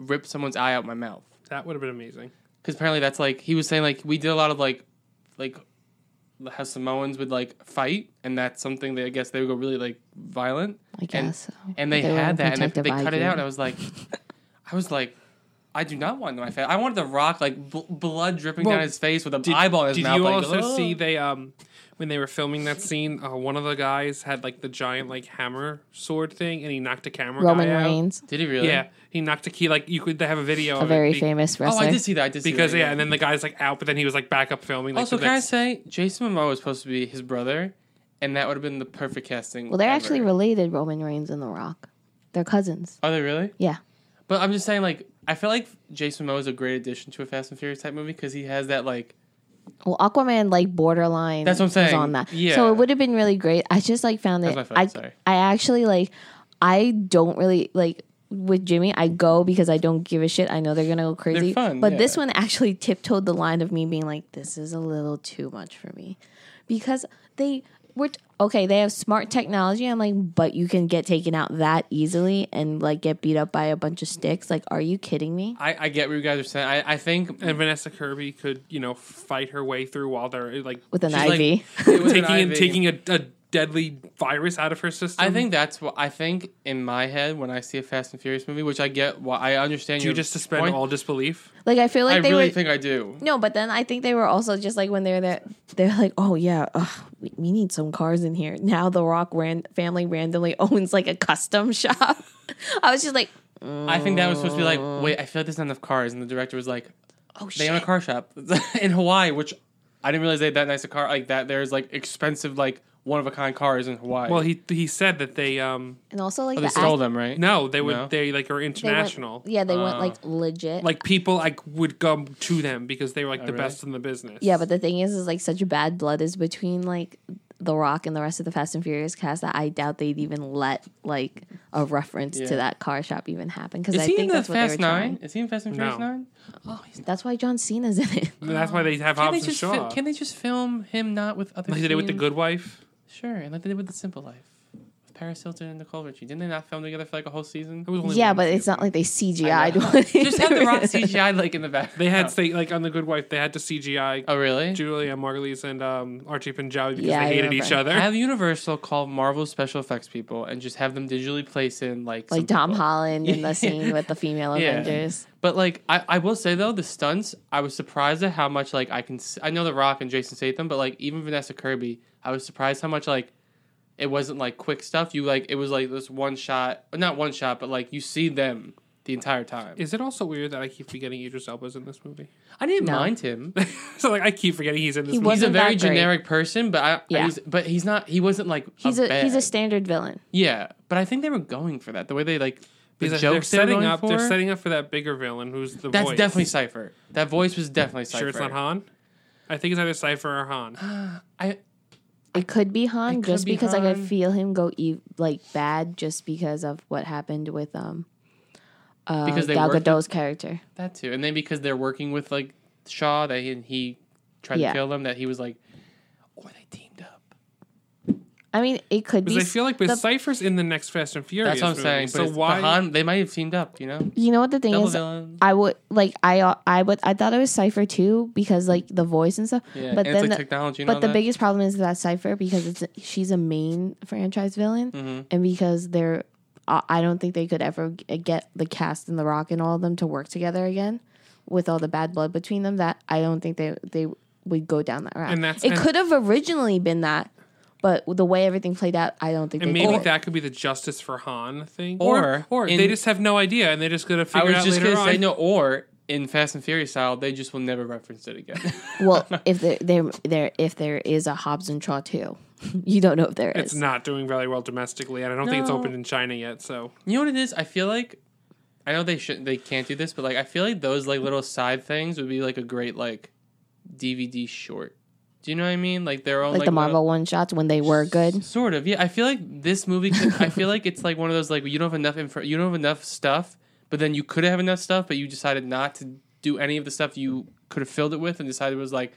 ripped someone's eye out my mouth that would have been amazing. because apparently that's like he was saying like we did a lot of like like how Samoans would like fight and that's something that I guess they would go really like violent. I guess so. And, and they, They were had that and they, protective they cut it ID. out and I was like, I was like. I do not want my face. I wanted the rock like bl- blood dripping Well, down his face with an Did, eyeball in his did mouth. you like, "Oh." also "Ugh." see they um when they were filming that scene? Uh, one of the guys had like the giant like hammer sword thing, and he knocked a camera. Roman guy out. Reigns, Did he really? Yeah, he knocked a key. Like you could have a video. a of very it be- famous Oh, wrestler. I did see that. I did see Because that, yeah, and then the guy's like out, but then he was like back up filming. Like, Also, the can I next- say Jason Momoa was supposed to be his brother, and that would have been the perfect casting. well, they're ever. actually related, Roman Reigns and The Rock. They're cousins. Are they really? Yeah. But I'm just saying, like, I feel like Jason Momoa is a great addition to a Fast and Furious type movie because he has that like Well, Aquaman like borderline. That's what I'm Was saying. on that, Yeah. So it would have been really great. I just like found That's it. my phone, I sorry. I actually like. I don't really like with Jimmy. I go because I don't give a shit. I know they're gonna go crazy. fun, but this yeah. one actually tiptoed the line of me being like, this is a little too much for me, because they were t- okay. They have smart technology. I'm like, but you can get taken out that easily and like get beat up by a bunch of sticks. Like, are you kidding me? I, I get what you guys are saying. I, I think And Vanessa Kirby could, you know, fight her way through while they're like With an she's, IV. like, it was an taking and IV. taking a, a deadly virus out of her system. I think that's what I think in my head when I see a Fast and Furious movie, which I get. Why I understand Do you your just suspend point. all disbelief. like, I feel like I they really were think I do. No, but then I think they were also just like when they're there, they're like, oh yeah, ugh, we, we need some cars in here. Now the Rock ran- family randomly owns like a custom shop. I was just like, I think that was supposed to be like, wait, I feel like there's not enough cars, and the director was like, oh they own a shit. car shop in Hawaii, which I didn't realize they had that nice a car like that. There's like expensive like one of a kind cars in Hawaii. Well, he he said that they um And also like oh, the they stole act- them, right? no they would No. they like are they went- international. yeah, they went Oh. like legit. like people like would come to them because they were like the Oh, really? best in the business. yeah, but the thing is, is like such bad blood is between like the Rock and the rest of the Fast and Furious cast that I doubt they'd even let like a reference Yeah. to that car shop even happen because Is I he in think the that's what they were Fast Nine? trying. Is he in Fast and Furious No. Nine? Oh, he's not. That's why John Cena's in it. And that's why they Can have they Hobbs and just Shaw. fil- can they just film him not with other? like they did with the scenes? Good Wife. Sure, and like they did with the Simple Life, with Paris Hilton and Nicole Richie. Didn't they not film together for like a whole season? It was only Yeah, one but season. it's not like they I CGI'd know. one. just had the rock into it. CGI like in the back. they had say like on the Good Wife they had to CGI Oh really? Julia Margulies and um, Archie Punjabi because Yeah, I they hated remember. each other. Have Universal call Marvel special effects people and just have them digitally place in like some like Tom people. Holland in Yeah. the scene with the female Yeah. Avengers. But like I, I will say though the stunts I was surprised at how much like I can s I know The Rock and Jason Statham but like even Vanessa Kirby I was surprised how much like it wasn't like quick stuff you like it was like this one shot not one shot but like you see them the entire time Is it also weird that I keep forgetting Idris Elba's in this movie? I didn't No. mind him so like I keep forgetting he's in this He movie. he's a Wasn't that very great. generic person but I Yeah. he's, but he's not he wasn't like He's a, he's a bad- standard villain. yeah but I think they were going for that the way they like the Because jokes they're setting going up. for They're setting up for that bigger villain who's the that's voice. definitely Cipher that voice was definitely Cipher sure it's not Han. I think it's either Cipher or Han. I It could be Han could just be because like I Han. feel him go ev- like bad just because of what happened with um uh, Because they Gal worked Gadot's character. That too, and then because they're working with like Shaw, that he, he tried Yeah. to kill them. That he was like, or they teamed up. I mean, it could be. Because I feel like with the- Cypher's in the next Fast and Furious. That's what I'm movie, saying. So So why? Han, they might have teamed up. You know, you know what the thing double is. villain. I would like I I would I thought it was Cipher too because like the voice and stuff. Yeah, but and it's then like the, technology. And but all the that. biggest problem is that Cypher because it's she's a main franchise villain, Mm-hmm. and because they're I I don't think they could ever g- uh, get the cast and The Rock and all of them to work together again with all the bad blood between them. That I don't think they they would go down that route. And that's- it and- could have originally been that, but the way everything played out, I don't think And they maybe could. that could be the justice for Han thing, Or- or in- they just have no idea and they're just gonna I figure it was out just later gonna on. say no. Or in Fast and Furious style, they just will never reference it again. well, if there, there there if there is a Hobbs and Shaw too, you don't know if there is. It's not doing very well domestically, and I don't think it's No. opened in China yet. So you know what it is? I feel like. I know they shouldn't, they can't do this, but like I feel like those like little side things would be like a great like DVD short. Do you know what I mean? Like their own like, the little- Marvel one shots when they were good. Sort of, yeah. I feel like this movie. Could, I feel like it's like one of those like you don't have enough info, you don't have enough stuff, but then you could have enough stuff, but you decided not to do any of the stuff you could have filled it with, and decided was like,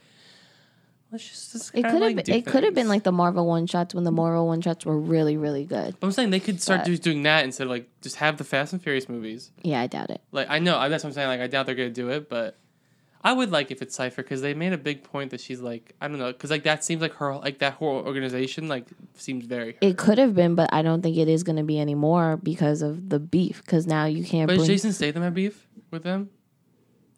let's just. just It kinda, could have like, been, do it could have been things. like the Marvel one shots when the Marvel one shots were really really good. But I'm saying they could start But- just doing that instead of like just have the Fast and Furious movies. Yeah, I doubt it. Like I know I- that's what I'm saying. Like I doubt they're gonna do it, but I would like if it's Cipher because they made a big point that she's like I don't know because like that seems like her like that whole organization like seems very. It could have been, but I don't think it is going to be anymore because of the beef. Because now you can't. But bring, is Jason Statham have beef with them?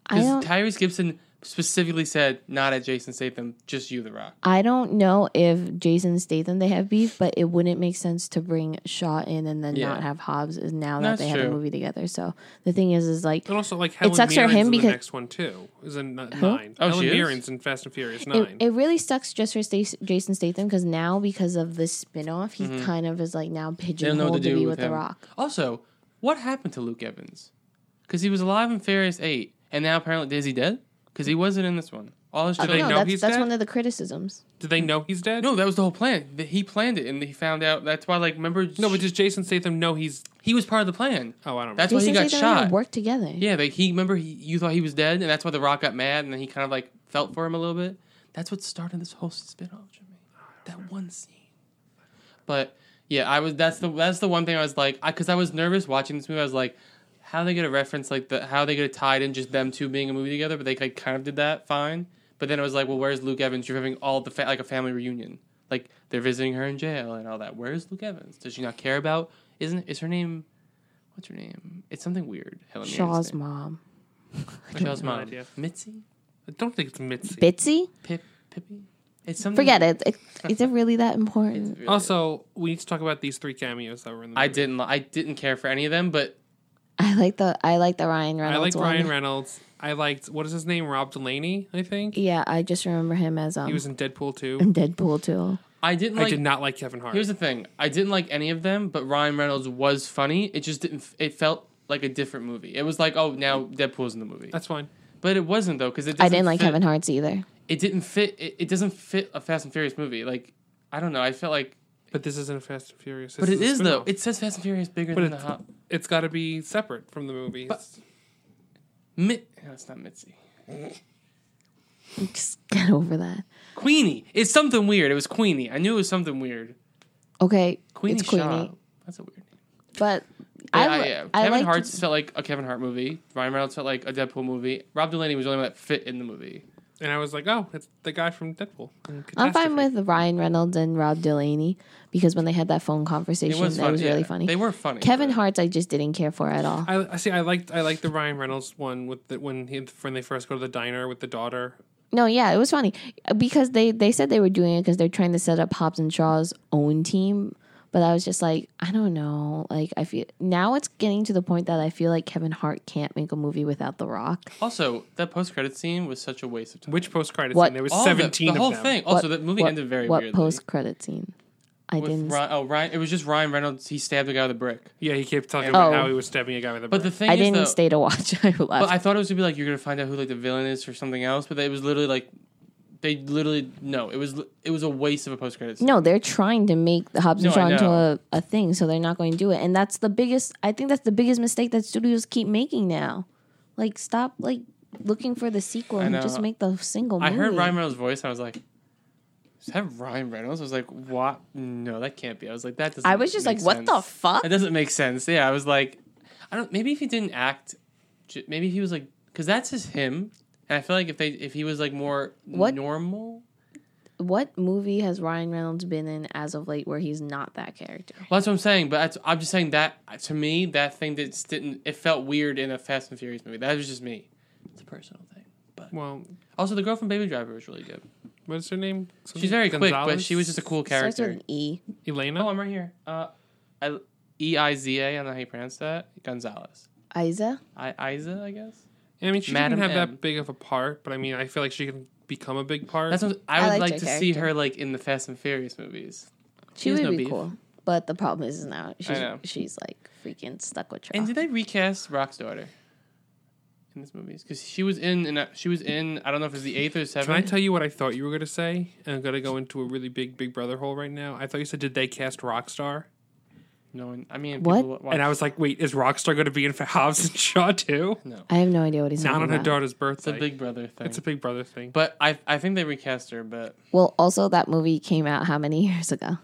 I Because don't. Tyrese Gibson specifically said, not at Jason Statham, just you, The Rock. I don't know if Jason Statham they have beef, but it wouldn't make sense to bring Shaw in and then Yeah. not have Hobbs is now That's that they have true. a movie together. So the thing is, is like and also like Helen sucks for Mirren's him in because- the next one too is in n- nine. Oh, Helen she is? Mirren's in Fast and Furious it, nine. it really sucks just for Stas Jason Statham because now because of this spinoff, he kind of is like now Mm-hmm. They don't know pigeonholed what to to, do be with, with him. The Rock. Also, what happened to Luke Evans? Because he was alive in Furious 8, and now apparently is he dead? Because he wasn't in this one. All his Oh, Do they no, children. know that's, he's that's dead? one of the criticisms. Do they know he's dead? No, that was the whole plan. That He planned it, and he found out. That's why, like, remember? No, but does Jason Statham know he's? he was part of the plan. Oh, I don't. That's know. why he Jason got Statham and him shot. Work together. Yeah, like he remember he you thought he was dead, and that's why The Rock got mad, and then he kind of like felt for him a little bit. That's what started this whole spinoff, Jimmy. That one scene. But yeah, I was that's the that's the one thing I was like, because I, was nervous watching this movie. I was like, how they gonna reference like the how they gonna tie it in just them two being a movie together? But they like, kind of did that fine. But then it was like, well, where's Luke Evans? You're having all the fa- like a family reunion. Like they're visiting her in jail and all that. Where's Luke Evans? Does she not care about? Isn't is her name? What's her name? It's something weird. Helen Mirren's Shaw's name. mom. Michelle's have no mom. idea. Mitzi? I don't think it's Mitzi. Bitsy? Pip? Pippi? It's something. Forget it. it. Is it really that important? Also, we need to talk about these three cameos that were in the. Movie. I didn't. li- I didn't care for any of them, but I like the I like the Ryan I Reynolds. liked one. Ryan Reynolds. I liked what is his name? Rob Delaney, I think. Yeah, I just remember him as um He was in Deadpool too. in Deadpool too. I didn't like. I did not like Kevin Hart. Here's the thing. I didn't like any of them, but Ryan Reynolds was funny. It just didn't. f- It felt like a different movie. It was like, oh, now Deadpool's in the movie, That's fine. but it wasn't though because it. I doesn't didn't like fit- Kevin Hart's either. It didn't fit. It, it doesn't fit a Fast and Furious movie. Like, I don't know. I felt like, But this isn't a Fast and Furious. but This it is a though. spin-off. It says Fast and Furious bigger But than the it's- hop. it's got to be separate from the movies. But- Mi- no, it's not Mitzi. Just get over that. Queenie. It's something weird. It was Queenie. I knew it was something weird. Okay, Queenie, it's Queenie, Shaw. That's a weird name. but I, I, li- yeah. I Kevin liked- Hart's felt like a Kevin Hart movie. Ryan Reynolds felt like a Deadpool movie. Rob Delaney was the only one that fit in the movie. and I was like, oh, it's the guy from Deadpool. and I'm fine Catastrophe. with Ryan Reynolds and Rob Delaney because when they had that phone It conversation, was that fun- was really yeah, funny. They were funny. Kevin but- Hart's, I just didn't care for at all. I I see. I liked. I liked the Ryan Reynolds one with the, when he when they first go to the diner with the daughter. No, yeah, it was funny because they they said they were doing it because they're trying to set up Hobbs and Shaw's own team. But I was just like, I don't know. Like I feel now it's getting to the point that I feel like Kevin Hart can't make a movie without The Rock. Also, that post credit scene was such a waste of time. Which post credit What? scene? There was All of it, seventeen. The, whole of them. thing. Also, What- that movie what- ended very What weirdly. post credit scene? I With didn't. Ryan, oh, Ryan. It was just Ryan Reynolds. He stabbed a guy with a brick. Yeah, he kept talking about Oh. how he was stabbing a guy with a. But brick. the thing I is, didn't though, stay to watch. I left. But I thought it was gonna be like you're gonna find out who like the villain is or something else. But it was literally like they literally no. It was it was a waste of a post credit. no, they're trying to make the Hobbs and No, I Shaw into know. a, a thing, so they're not going to do it. And that's the biggest. I think that's the biggest mistake that studios keep making now. Like stop like looking for the sequel I and know. just make the single. I movie. heard Ryan Reynolds' voice. And I was like, "Is that Ryan Reynolds?" I was like, "What? No, that can't be." I was like, "That doesn't." I was just make like, what the sense. fuck? That doesn't make sense. Yeah, I was like, I don't. Maybe if he didn't act, j- maybe if he was like, because that's just him. And I feel like if they if he was like more What? normal. What movie has Ryan Reynolds been in as of late where he's not that character? Well, that's what I'm saying. But that's, I'm just saying that to me, that thing that just didn't it felt weird in a Fast and Furious movie. That was just me. It's a personal thing. But well, also, the girl from Baby Driver was really good. what's her name? She's very quick, but Gonzalez? she was just a cool Starts with character. an E. Elena. No, I'm right here. Uh, I- E I Z A. I don't know how you pronounce that. Gonzalez. Isa. I Isa, I guess. I mean, she Madam didn't have M. that big of a part, but I mean, I feel like she can become a big part. That's what, I I would liked like to her see character. her like in the Fast and Furious movies. She has would no be beef. cool. But the problem is now she's know. she's like freaking stuck with And Shaw. did they recast Rock's daughter in this movies? Because she was in, and she was in. I don't know if it's the eighth or Can I seventh. tell you what I thought you were going to say? And I'm going to go into a really big Big Brother hole right now. I thought you said, did they cast Rockstar? no one. I mean, What? people watch- And I was like, wait, is Rockstar going to be in Hobbs and Shaw too? no, I have no idea what he's Not talking on her about. daughter's it's a birthday. Big Brother thing. It's a Big Brother thing. but I, I think they recast her. But Well, also that movie came out how many years ago?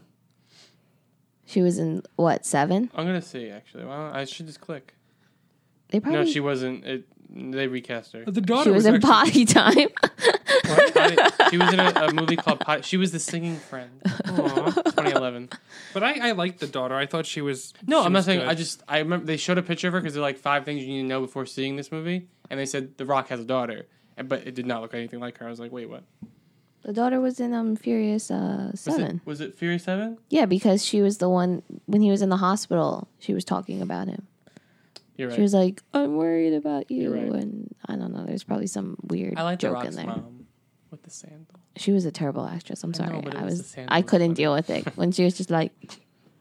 She was in what seven? I'm gonna see actually. Well, I should just click. They probably No, she she, wasn't. It, they recast her. the daughter was, in potty time. Potty- she was in a, a movie called Potty. She was the singing friend. Aw. 2011. But I, I liked the daughter. I thought she was. No, she I'm not was saying. good. I just I remember they showed a picture of her because they're like five things you need to know before seeing this movie, and they said The Rock has a daughter, and, but it did not look anything like her. I was like, wait, what? the daughter was in um Furious uh Was seven. it was it Fury Seven? Yeah, because she was the one when he was in the hospital. She was talking about him. You're right. She was like, "I'm worried about you," You're right. and I don't know. There's probably some weird I like The joke in Rock's there. mom with the sandal. She was a terrible actress. I'm sorry. I, but it was the was. same I with couldn't funny. deal with it when she was just like,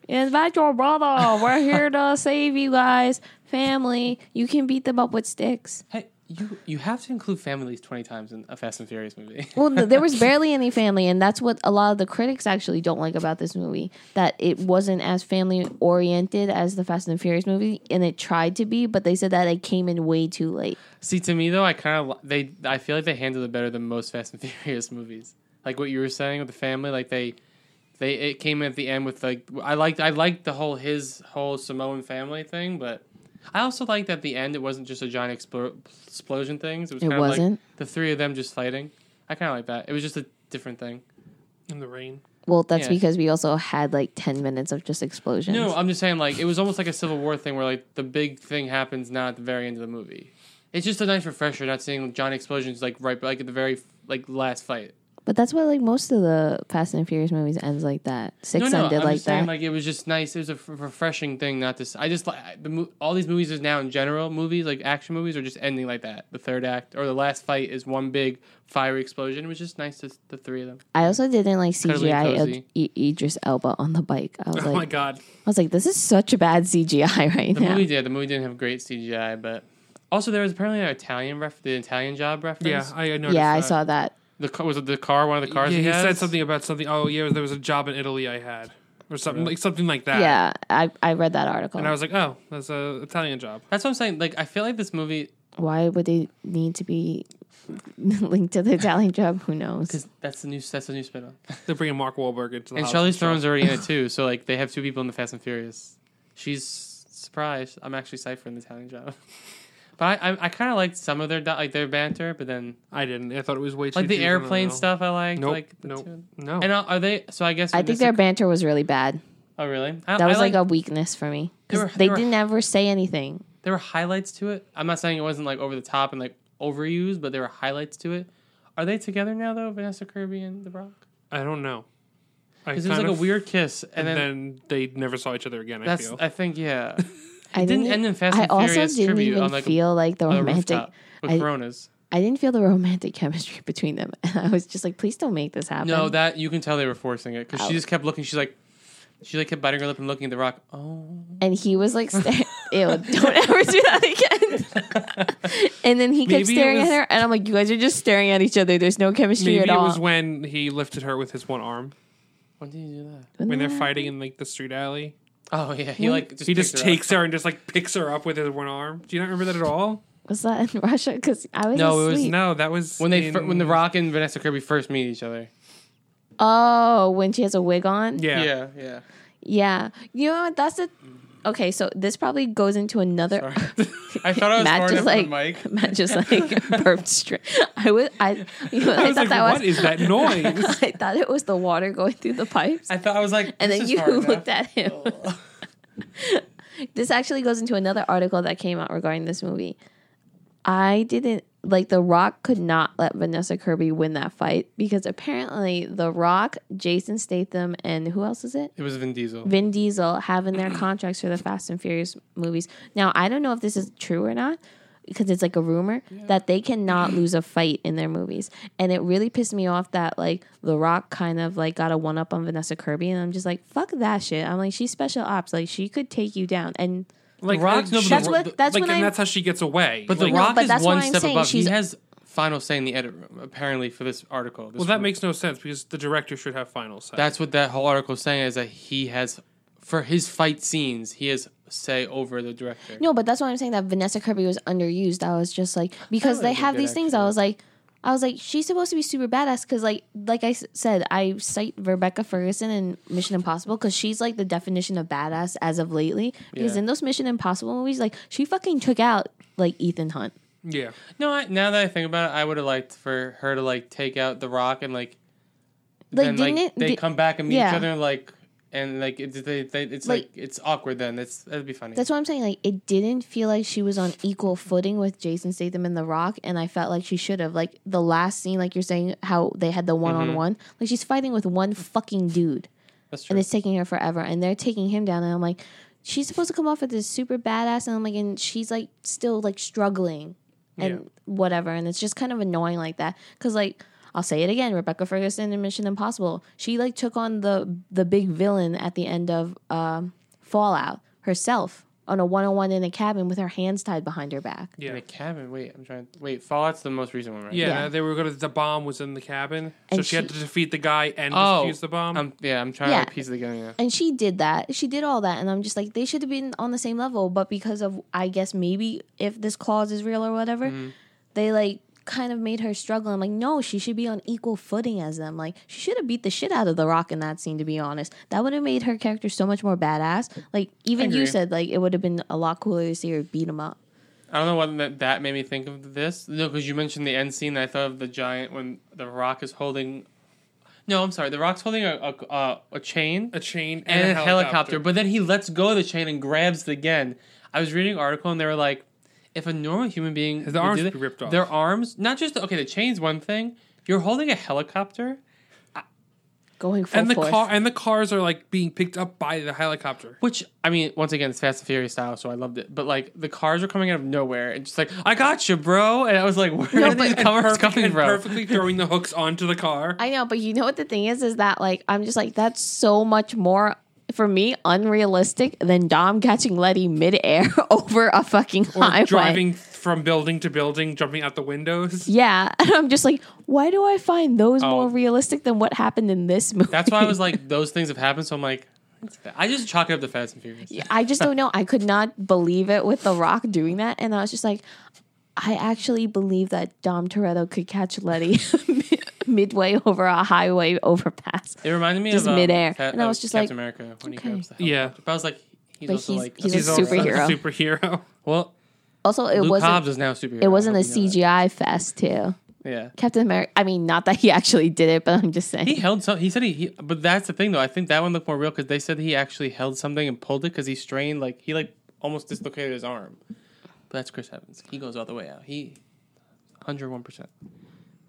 "Is that your brother? We're here to save you guys, family. You can beat them up with sticks." Hey, You you have to include families twenty times in a Fast and Furious movie. Well, no, there was barely any family, and that's what a lot of the critics actually don't like about this movie. That it wasn't as family oriented as the Fast and the Furious movie, and it tried to be, but they said that it came in way too late. See, to me though, I kind of they I feel like they handled it better than most Fast and Furious movies. Like what you were saying with the family, like they they it came at the end with like I liked I liked the whole his whole Samoan family thing, but I also liked at the end it wasn't just a giant explo- explosion thing. It was It kind of like wasn't. the three of them just fighting. I kind of like that. It was just a different thing. in the rain. Well, that's Yeah. because we also had like ten minutes of just explosions. No, I'm just saying like it was almost like a Civil War thing where like the big thing happens not at the very end of the movie. It's just a nice refresher not seeing giant explosions like right like at the very like last fight. but that's why like most of the Fast and Furious movies ends like that. Six ended I'm like just saying, that. like it was just nice. It was a f- refreshing thing. Not to. s- I just like the mo- all these movies is now in general movies like action movies are just ending like that. The third act or the last fight is one big fiery explosion. It was just nice to s- the three of them. I also didn't like Cuddly CGI of cozy. I- Idris Elba on the bike. I was oh my like, god. I was like, this is such a bad CGI right The now. movie did. The movie didn't have great CGI, but also there was apparently an Italian ref, the Italian job Yeah, reference. I I noticed. yeah, I that. saw that. The car was it the car one of the cars. Yeah, he, he has? said something about something. Oh yeah, there was a job in Italy I had or something like something like that. Yeah, I, I read that article. And I was like, oh, that's a Italian job. That's what I'm saying. Like I feel like this movie Why would they need to be linked to the Italian job? Who knows? because that's the new that's the new spin off. They're bringing Mark Wahlberg into the And Hobbs Charlize show. Theron's already in it too, so like they have two people in the Fast and Furious. She's surprised. I'm actually ciphering the Italian job, but I I, I kind of liked some of their di- like their banter, but then I didn't. I thought it was way too like the juvenile. airplane stuff I liked. Nope. like the nope. two- No. And uh, are- are they? So I guess I in think this- their banter was really bad. Oh really? I, That was I like, like a weakness for me They were- because they they were- didn't ever say anything. there were highlights to it. I'm not saying it wasn't like over the top and like overused, but there were highlights to it. Are they together now though, Vanessa Kirby and The Rock? I don't know. I Because it was kind like a of- weird kiss, and, And then, then they never saw each other again. I that's feel. I think yeah. I didn't end in Fast I and also Furious didn't tribute even on, like, a- feel like the on a romantic. rooftop with I- Coronas. I didn't feel the romantic chemistry between them, and I was just like, please don't make this happen. No, that you can tell they were forcing it because she Ouch. just kept looking. She's like, she like kept biting her lip and looking at the rock. Oh, and he was like, staring, "Ew, don't ever do that again." and then he kept Maybe it staring was- at her, and I'm like, "You guys are just staring at each other. There's no chemistry at Maybe it all." was when he lifted her with his one arm when did you do that? When when they're that- fighting in like the street alley. Oh yeah, he like just picked he just her up. takes her and just like picks her up with his one arm. Do you not remember that at all? was that in Russia? Because I was No, it was asleep. No, that was when they in- fir- when the Rock and Vanessa Kirby first meet each other. Oh, when she has a wig on? Yeah. yeah. yeah. Yeah. You know what? That's a. Okay, so this probably goes into another. I thought I was Matt far just enough like from Mike. Matt just like burped straight. I was I. You know, what I, I thought was like, that what was. is that noise? I thought it was the water going through the pipes, I thought I was like, and this then is you hard enough. looked at him. This actually goes into another article that came out regarding this movie. I didn't like The Rock could not let Vanessa Kirby win that fight because apparently The Rock, Jason Statham, and who else is it? It was Vin Diesel. Vin Diesel have in their contracts for the Fast and Furious movies. Now, I don't know if this is true or not because it's like a rumor that they cannot lose a fight in their movies. And it really pissed me off that like The Rock kind of like got a one up on Vanessa Kirby and I'm just like, fuck that shit. I'm like, she's special ops. Like she could take you down. And Like Rock- uh, no, but she- That's what- that's like, when and I- that's how she gets away. But the Like, Rock but is that's one why I'm step saying above. He she's- has final say in the edit room apparently for this article. This Well, that one. makes no sense because the director should have final say. That's what that whole article is saying is that he has, for his fight scenes, he has say over the director. no, but that's why I'm saying that Vanessa Kirby was underused. I was just like because would've they been have good, these things. I actually. was like I was like she's supposed to be super badass because like like I s- said I cite Rebecca Ferguson in Mission Impossible because she's like the definition of badass as of lately because Yeah. in those Mission Impossible movies like she fucking took out like Ethan Hunt. yeah. No, I, now that I think about it, I would have liked for her to like take out the Rock and like, Like then didn't like it? they di- come back and meet each yeah. other and like and like it's they, they it's like, Like- it's awkward then. It's that'd be funny. that's what I'm saying. Like, it didn't feel like she was on equal footing with Jason Statham and The Rock, and I felt like she should have. Like the last scene, like you're saying, how they had the one Mm-hmm. on one. Like she's fighting with one fucking dude, That's true. and it's taking her forever, and they're taking him down, and I'm like, she's supposed to come off as this super badass, and I'm like, and she's like still like struggling, and Yeah. whatever, and it's just kind of annoying like that, because like. I'll say it again. Rebecca Ferguson in Mission Impossible. She like took on the the big villain at the end of um, Fallout uh, herself on a one on one in a cabin with her hands tied behind her back. In Yeah. a cabin. Wait, I'm trying. Wait, Fallout's the most recent one, right? Yeah, Yeah. they were going to. The bomb was in the cabin, so And she, had she- um, to defeat the guy and Oh, defuse the bomb. I'm, yeah, I'm trying Yeah. to like, piece it together. Yeah. And she did that. She did all that. And I'm just like, they should have been on the same level. But because of, I guess, maybe if this clause is real or whatever, Mm-hmm. they like kind of made her struggle. I'm like, no, she should be on equal footing as them. Like, she should have beat the shit out of The Rock in that scene, to be honest. That would have made her character so much more badass. Like, even you agree. said, like, it would have been a lot cooler to see her beat him up. I don't know what that, that made me think of this. No, because you mentioned the end scene. I thought of the giant when the rock is holding. No, I'm sorry. The rock's holding a a, uh, a chain a chain and, a helicopter, but then he lets go of the chain and grabs it again. I was reading an article and they were like, if a normal human being His would arms do be ripped off. their arms, not just okay, the chain's one thing. You're holding a helicopter. Going full and the force. car and the cars are like being picked up by the helicopter. Which I mean, once again, it's Fast and Furious style, so I loved it. But like the cars were coming out of nowhere and just like, I got you, bro. And I was like, where are these cars coming and from? perfectly throwing the hooks onto the car. I know, but you know what the thing is is that like I'm just like that's so much more for me unrealistic than Dom catching Letty midair over a fucking Or highway. driving from building to building, jumping out the windows. Yeah, and I'm just like, why do I find those Oh. more realistic than what happened in this movie? That's why I was like, those things have happened. So I'm like, it's fa- I just chalk it up to Fast and Furious. I just don't know. I could not believe it with The Rock doing that, and I was just like, I actually believe that Dom Toretto could catch Letty midway over a highway overpass. It reminded me Just of um, midair. Ca- And I of was just Captain like, America when okay. he grabs the Yeah. helicopter. But I was like, he's But also he's- like he's a also a superhero. superhero. well, Also, it Luke wasn't Hobbs is now a superhero. it wasn't a I hope you know CGI fest too. that. Yeah, Captain America. I mean, not that he actually did it, but I'm just he saying. held some. He said he, he, but that's the thing though. I think that one looked more real because they said he actually held something and pulled it because he strained like he like almost dislocated his arm. But that's Chris Evans. He goes all the way out. He, hundred one percent.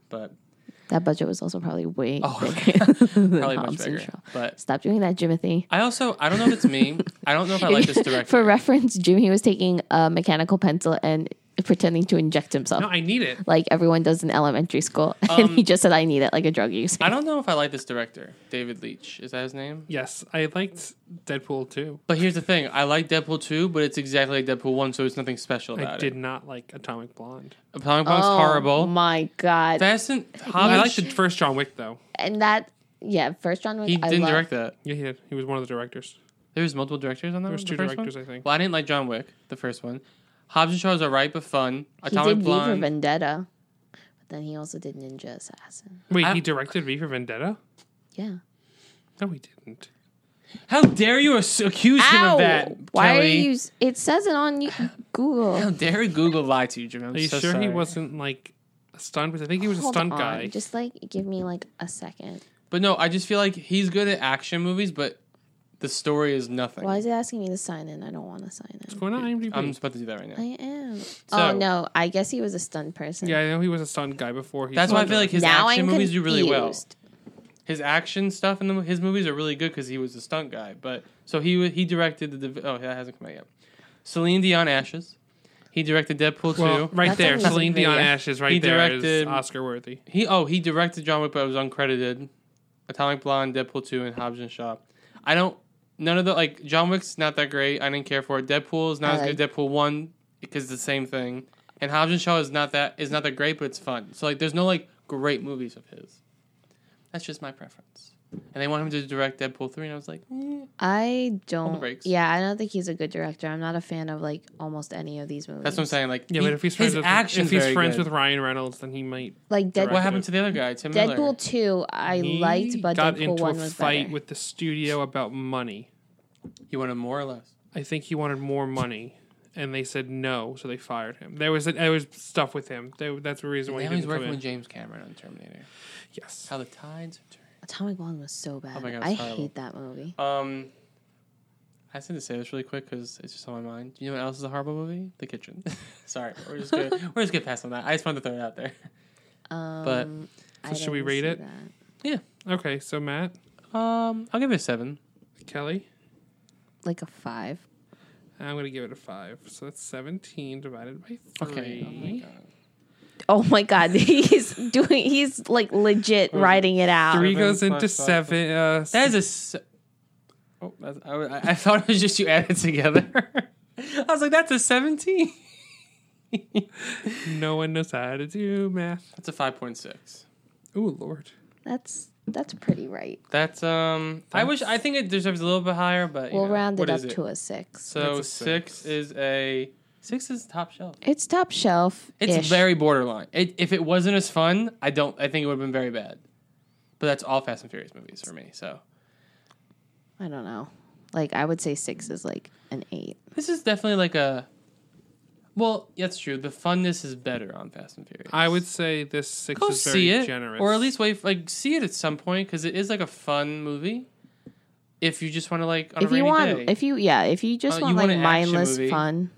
But That budget was also probably way Oh, bigger than probably much Hobbs and bigger. Shaw. But Stop doing that, Jimothy. I also I don't know if it's me. I don't know if I like this director. For reference, Jimmy was taking a mechanical pencil and pretending to inject himself. No, I need it. like everyone does in elementary school, and Um, he just said, "I need it like a drug user." I don't know if I like this director, David Leitch. Is that his name? Yes, I liked Deadpool too. But here's the thing: I like Deadpool two, but it's exactly like Deadpool one, so there's nothing special about I did not like Atomic Blonde. it. Atomic Blonde's horrible. Oh my god! Fast and I Hobbs. liked the first John Wick though. and that, yeah, first John Wick. He I didn't love- direct that. Yeah, he did. He was one of the directors. There was multiple directors on that. There was one, two the first directors, one? I think. Well, I didn't like John Wick, the first one. Hobbs and Shaw is alright but fun. He Atomic did V for Blonde. Vendetta, but then he also did Ninja Assassin. Wait, I- he directed V for Vendetta? Yeah. No, he didn't. How dare you ass- accuse him Ow! of that? Why Kelly? are you? s- It says it on you- How Google. dare Google lie to you, Jim? I'm Are you so sure sorry. he wasn't like a stunt? Because I think he was a Hold stunt on. guy. Just like give me like a second. But no, I just feel like he's good at action movies, but the story is nothing. Why is it asking me to sign in? I don't want to sign in. Going on IMDb. I'm just about to do that right now. I am. So- oh no! I guess he was a stunned person. yeah, I know he was a stunt guy before. He That's why I started. feel like his now action I'm movies do really well. confused. His action stuff in the, his movies are really good because he was a stunt guy. But so he wa- he directed the Div- oh that hasn't come out yet. Celine Dion Ashes. He directed Deadpool Well, two. right That's there, always Celine been Dion there. Ashes. Right He there is directed- Oscar worthy. He oh he directed John Wick but it was uncredited. Atomic Blonde, Deadpool two, and Hobbs and Shaw. I don't none of the like John Wick's not that great. I didn't care for it. Deadpool's not I as like- good. Deadpool one because it's the same thing. And Hobbs and Shaw is not that is not that great, but it's fun. So like there's no like great movies of his. That's just my preference. And they want him to direct Deadpool three, and I was like, eh. I don't. breaks. Yeah, I don't think he's a good director. I'm not a fan of like almost any of these movies. that's what I'm saying. Like Yeah, he- but if he's friends, his with, action, if he's friends with Ryan Reynolds, then he might. Like Deadpool, what happened to the other guy, Tim Miller? Deadpool two, I He liked, but got Deadpool into one a was fight better. with the studio about money. He wanted more or less. I think he wanted more money, and they said no, so they fired him. There was there was stuff with him. There, that's the reason why Now he he's didn't come working in. with James Cameron on Terminator. yes, How the tides are turning. Atomic Blonde was so bad. my God, it's I horrible. hate that movie. Um, I just need to say this really quick because it's just on my mind. Do you know what else is a horrible movie? The Kitchen. Sorry, we're just gonna we're just gonna pass on that. I just wanted to throw it out there. Um, I should we didn't rate see it? that. okay. So Matt, Um, I'll give it a seven. Kelly, Like a five. I'm gonna give it a five. So that's seventeen divided by Okay. three. Oh my God. Oh my god, he's doing. He's like legit writing it out. Three Seven goes into plus five seven. Uh, That is a. Se- oh, that's, I, I thought it was just you added together. I was like, that's a 17. No one knows how to do math. That's a 5.6. Oh lord. That's that's pretty right. That's, um, I wish, I think it deserves a little bit higher, but. you We'll know, round it what up is to a six. So That's a six. six. is a, six is top shelf. It's top shelf. It's very borderline. It, if it wasn't as fun, I don't, I think it would have been very bad. But that's all Fast and Furious movies for me, so. I don't know. Like I would say six is like an eight. This is definitely like a. Well, that's true. The funness is better on Fast and Furious. I would say this six go is very see it, generous. or at least wait, like see it at some point because it is like a fun movie. If you just want to like, on if a you rainy want, day. if you yeah, if you just Uh, want you want like an action mindless movie. fun,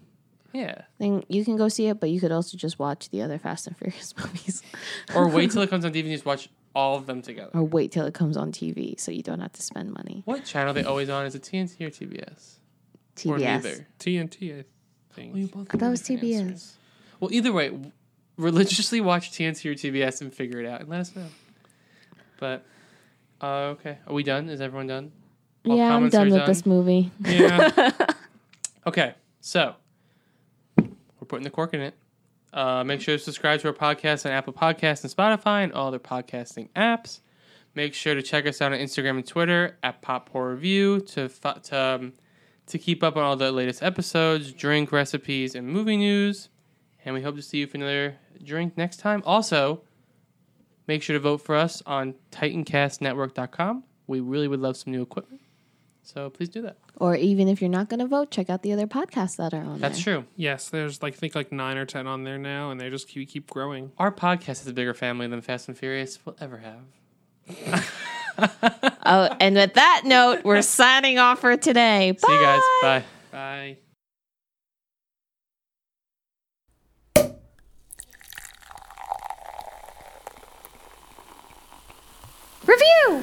yeah, then you can go see it. But you could also just watch the other Fast and Furious movies, or wait till it comes on DVD and just watch all of them together. or wait till it comes on TV, so you don't have to spend money. What channel they always on? Is it TNT or TBS? Or TBS. neither. TNT, I think. Well, you both I thought it was know the TBS. answers. Well, either way, w- religiously watch TNT or TBS and figure it out and let us know. But uh, okay, are we done? Is everyone done? All yeah, I'm comments are done with this movie. Yeah. Okay, so we're putting the cork in it. Uh, make sure to subscribe to our podcast on Apple Podcasts and Spotify and all other podcasting apps. Make sure to check us out on Instagram and Twitter at Pop Horror Review to fo- to, um, to keep up on all the latest episodes, drink recipes, and movie news. And we hope to see you for another drink next time. Also, make sure to vote for us on TitanCastNetwork.com. We really would love some new equipment, so please do that. Or even if you're not going to vote, check out the other podcasts that are on That's there. true. yes, there's like I think like nine or ten on there now, and they just keep keep growing. Our podcast is a bigger family than Fast and Furious will ever have. Oh, and with that note, we're signing off for today. Bye. See you guys. Bye. Bye. Review.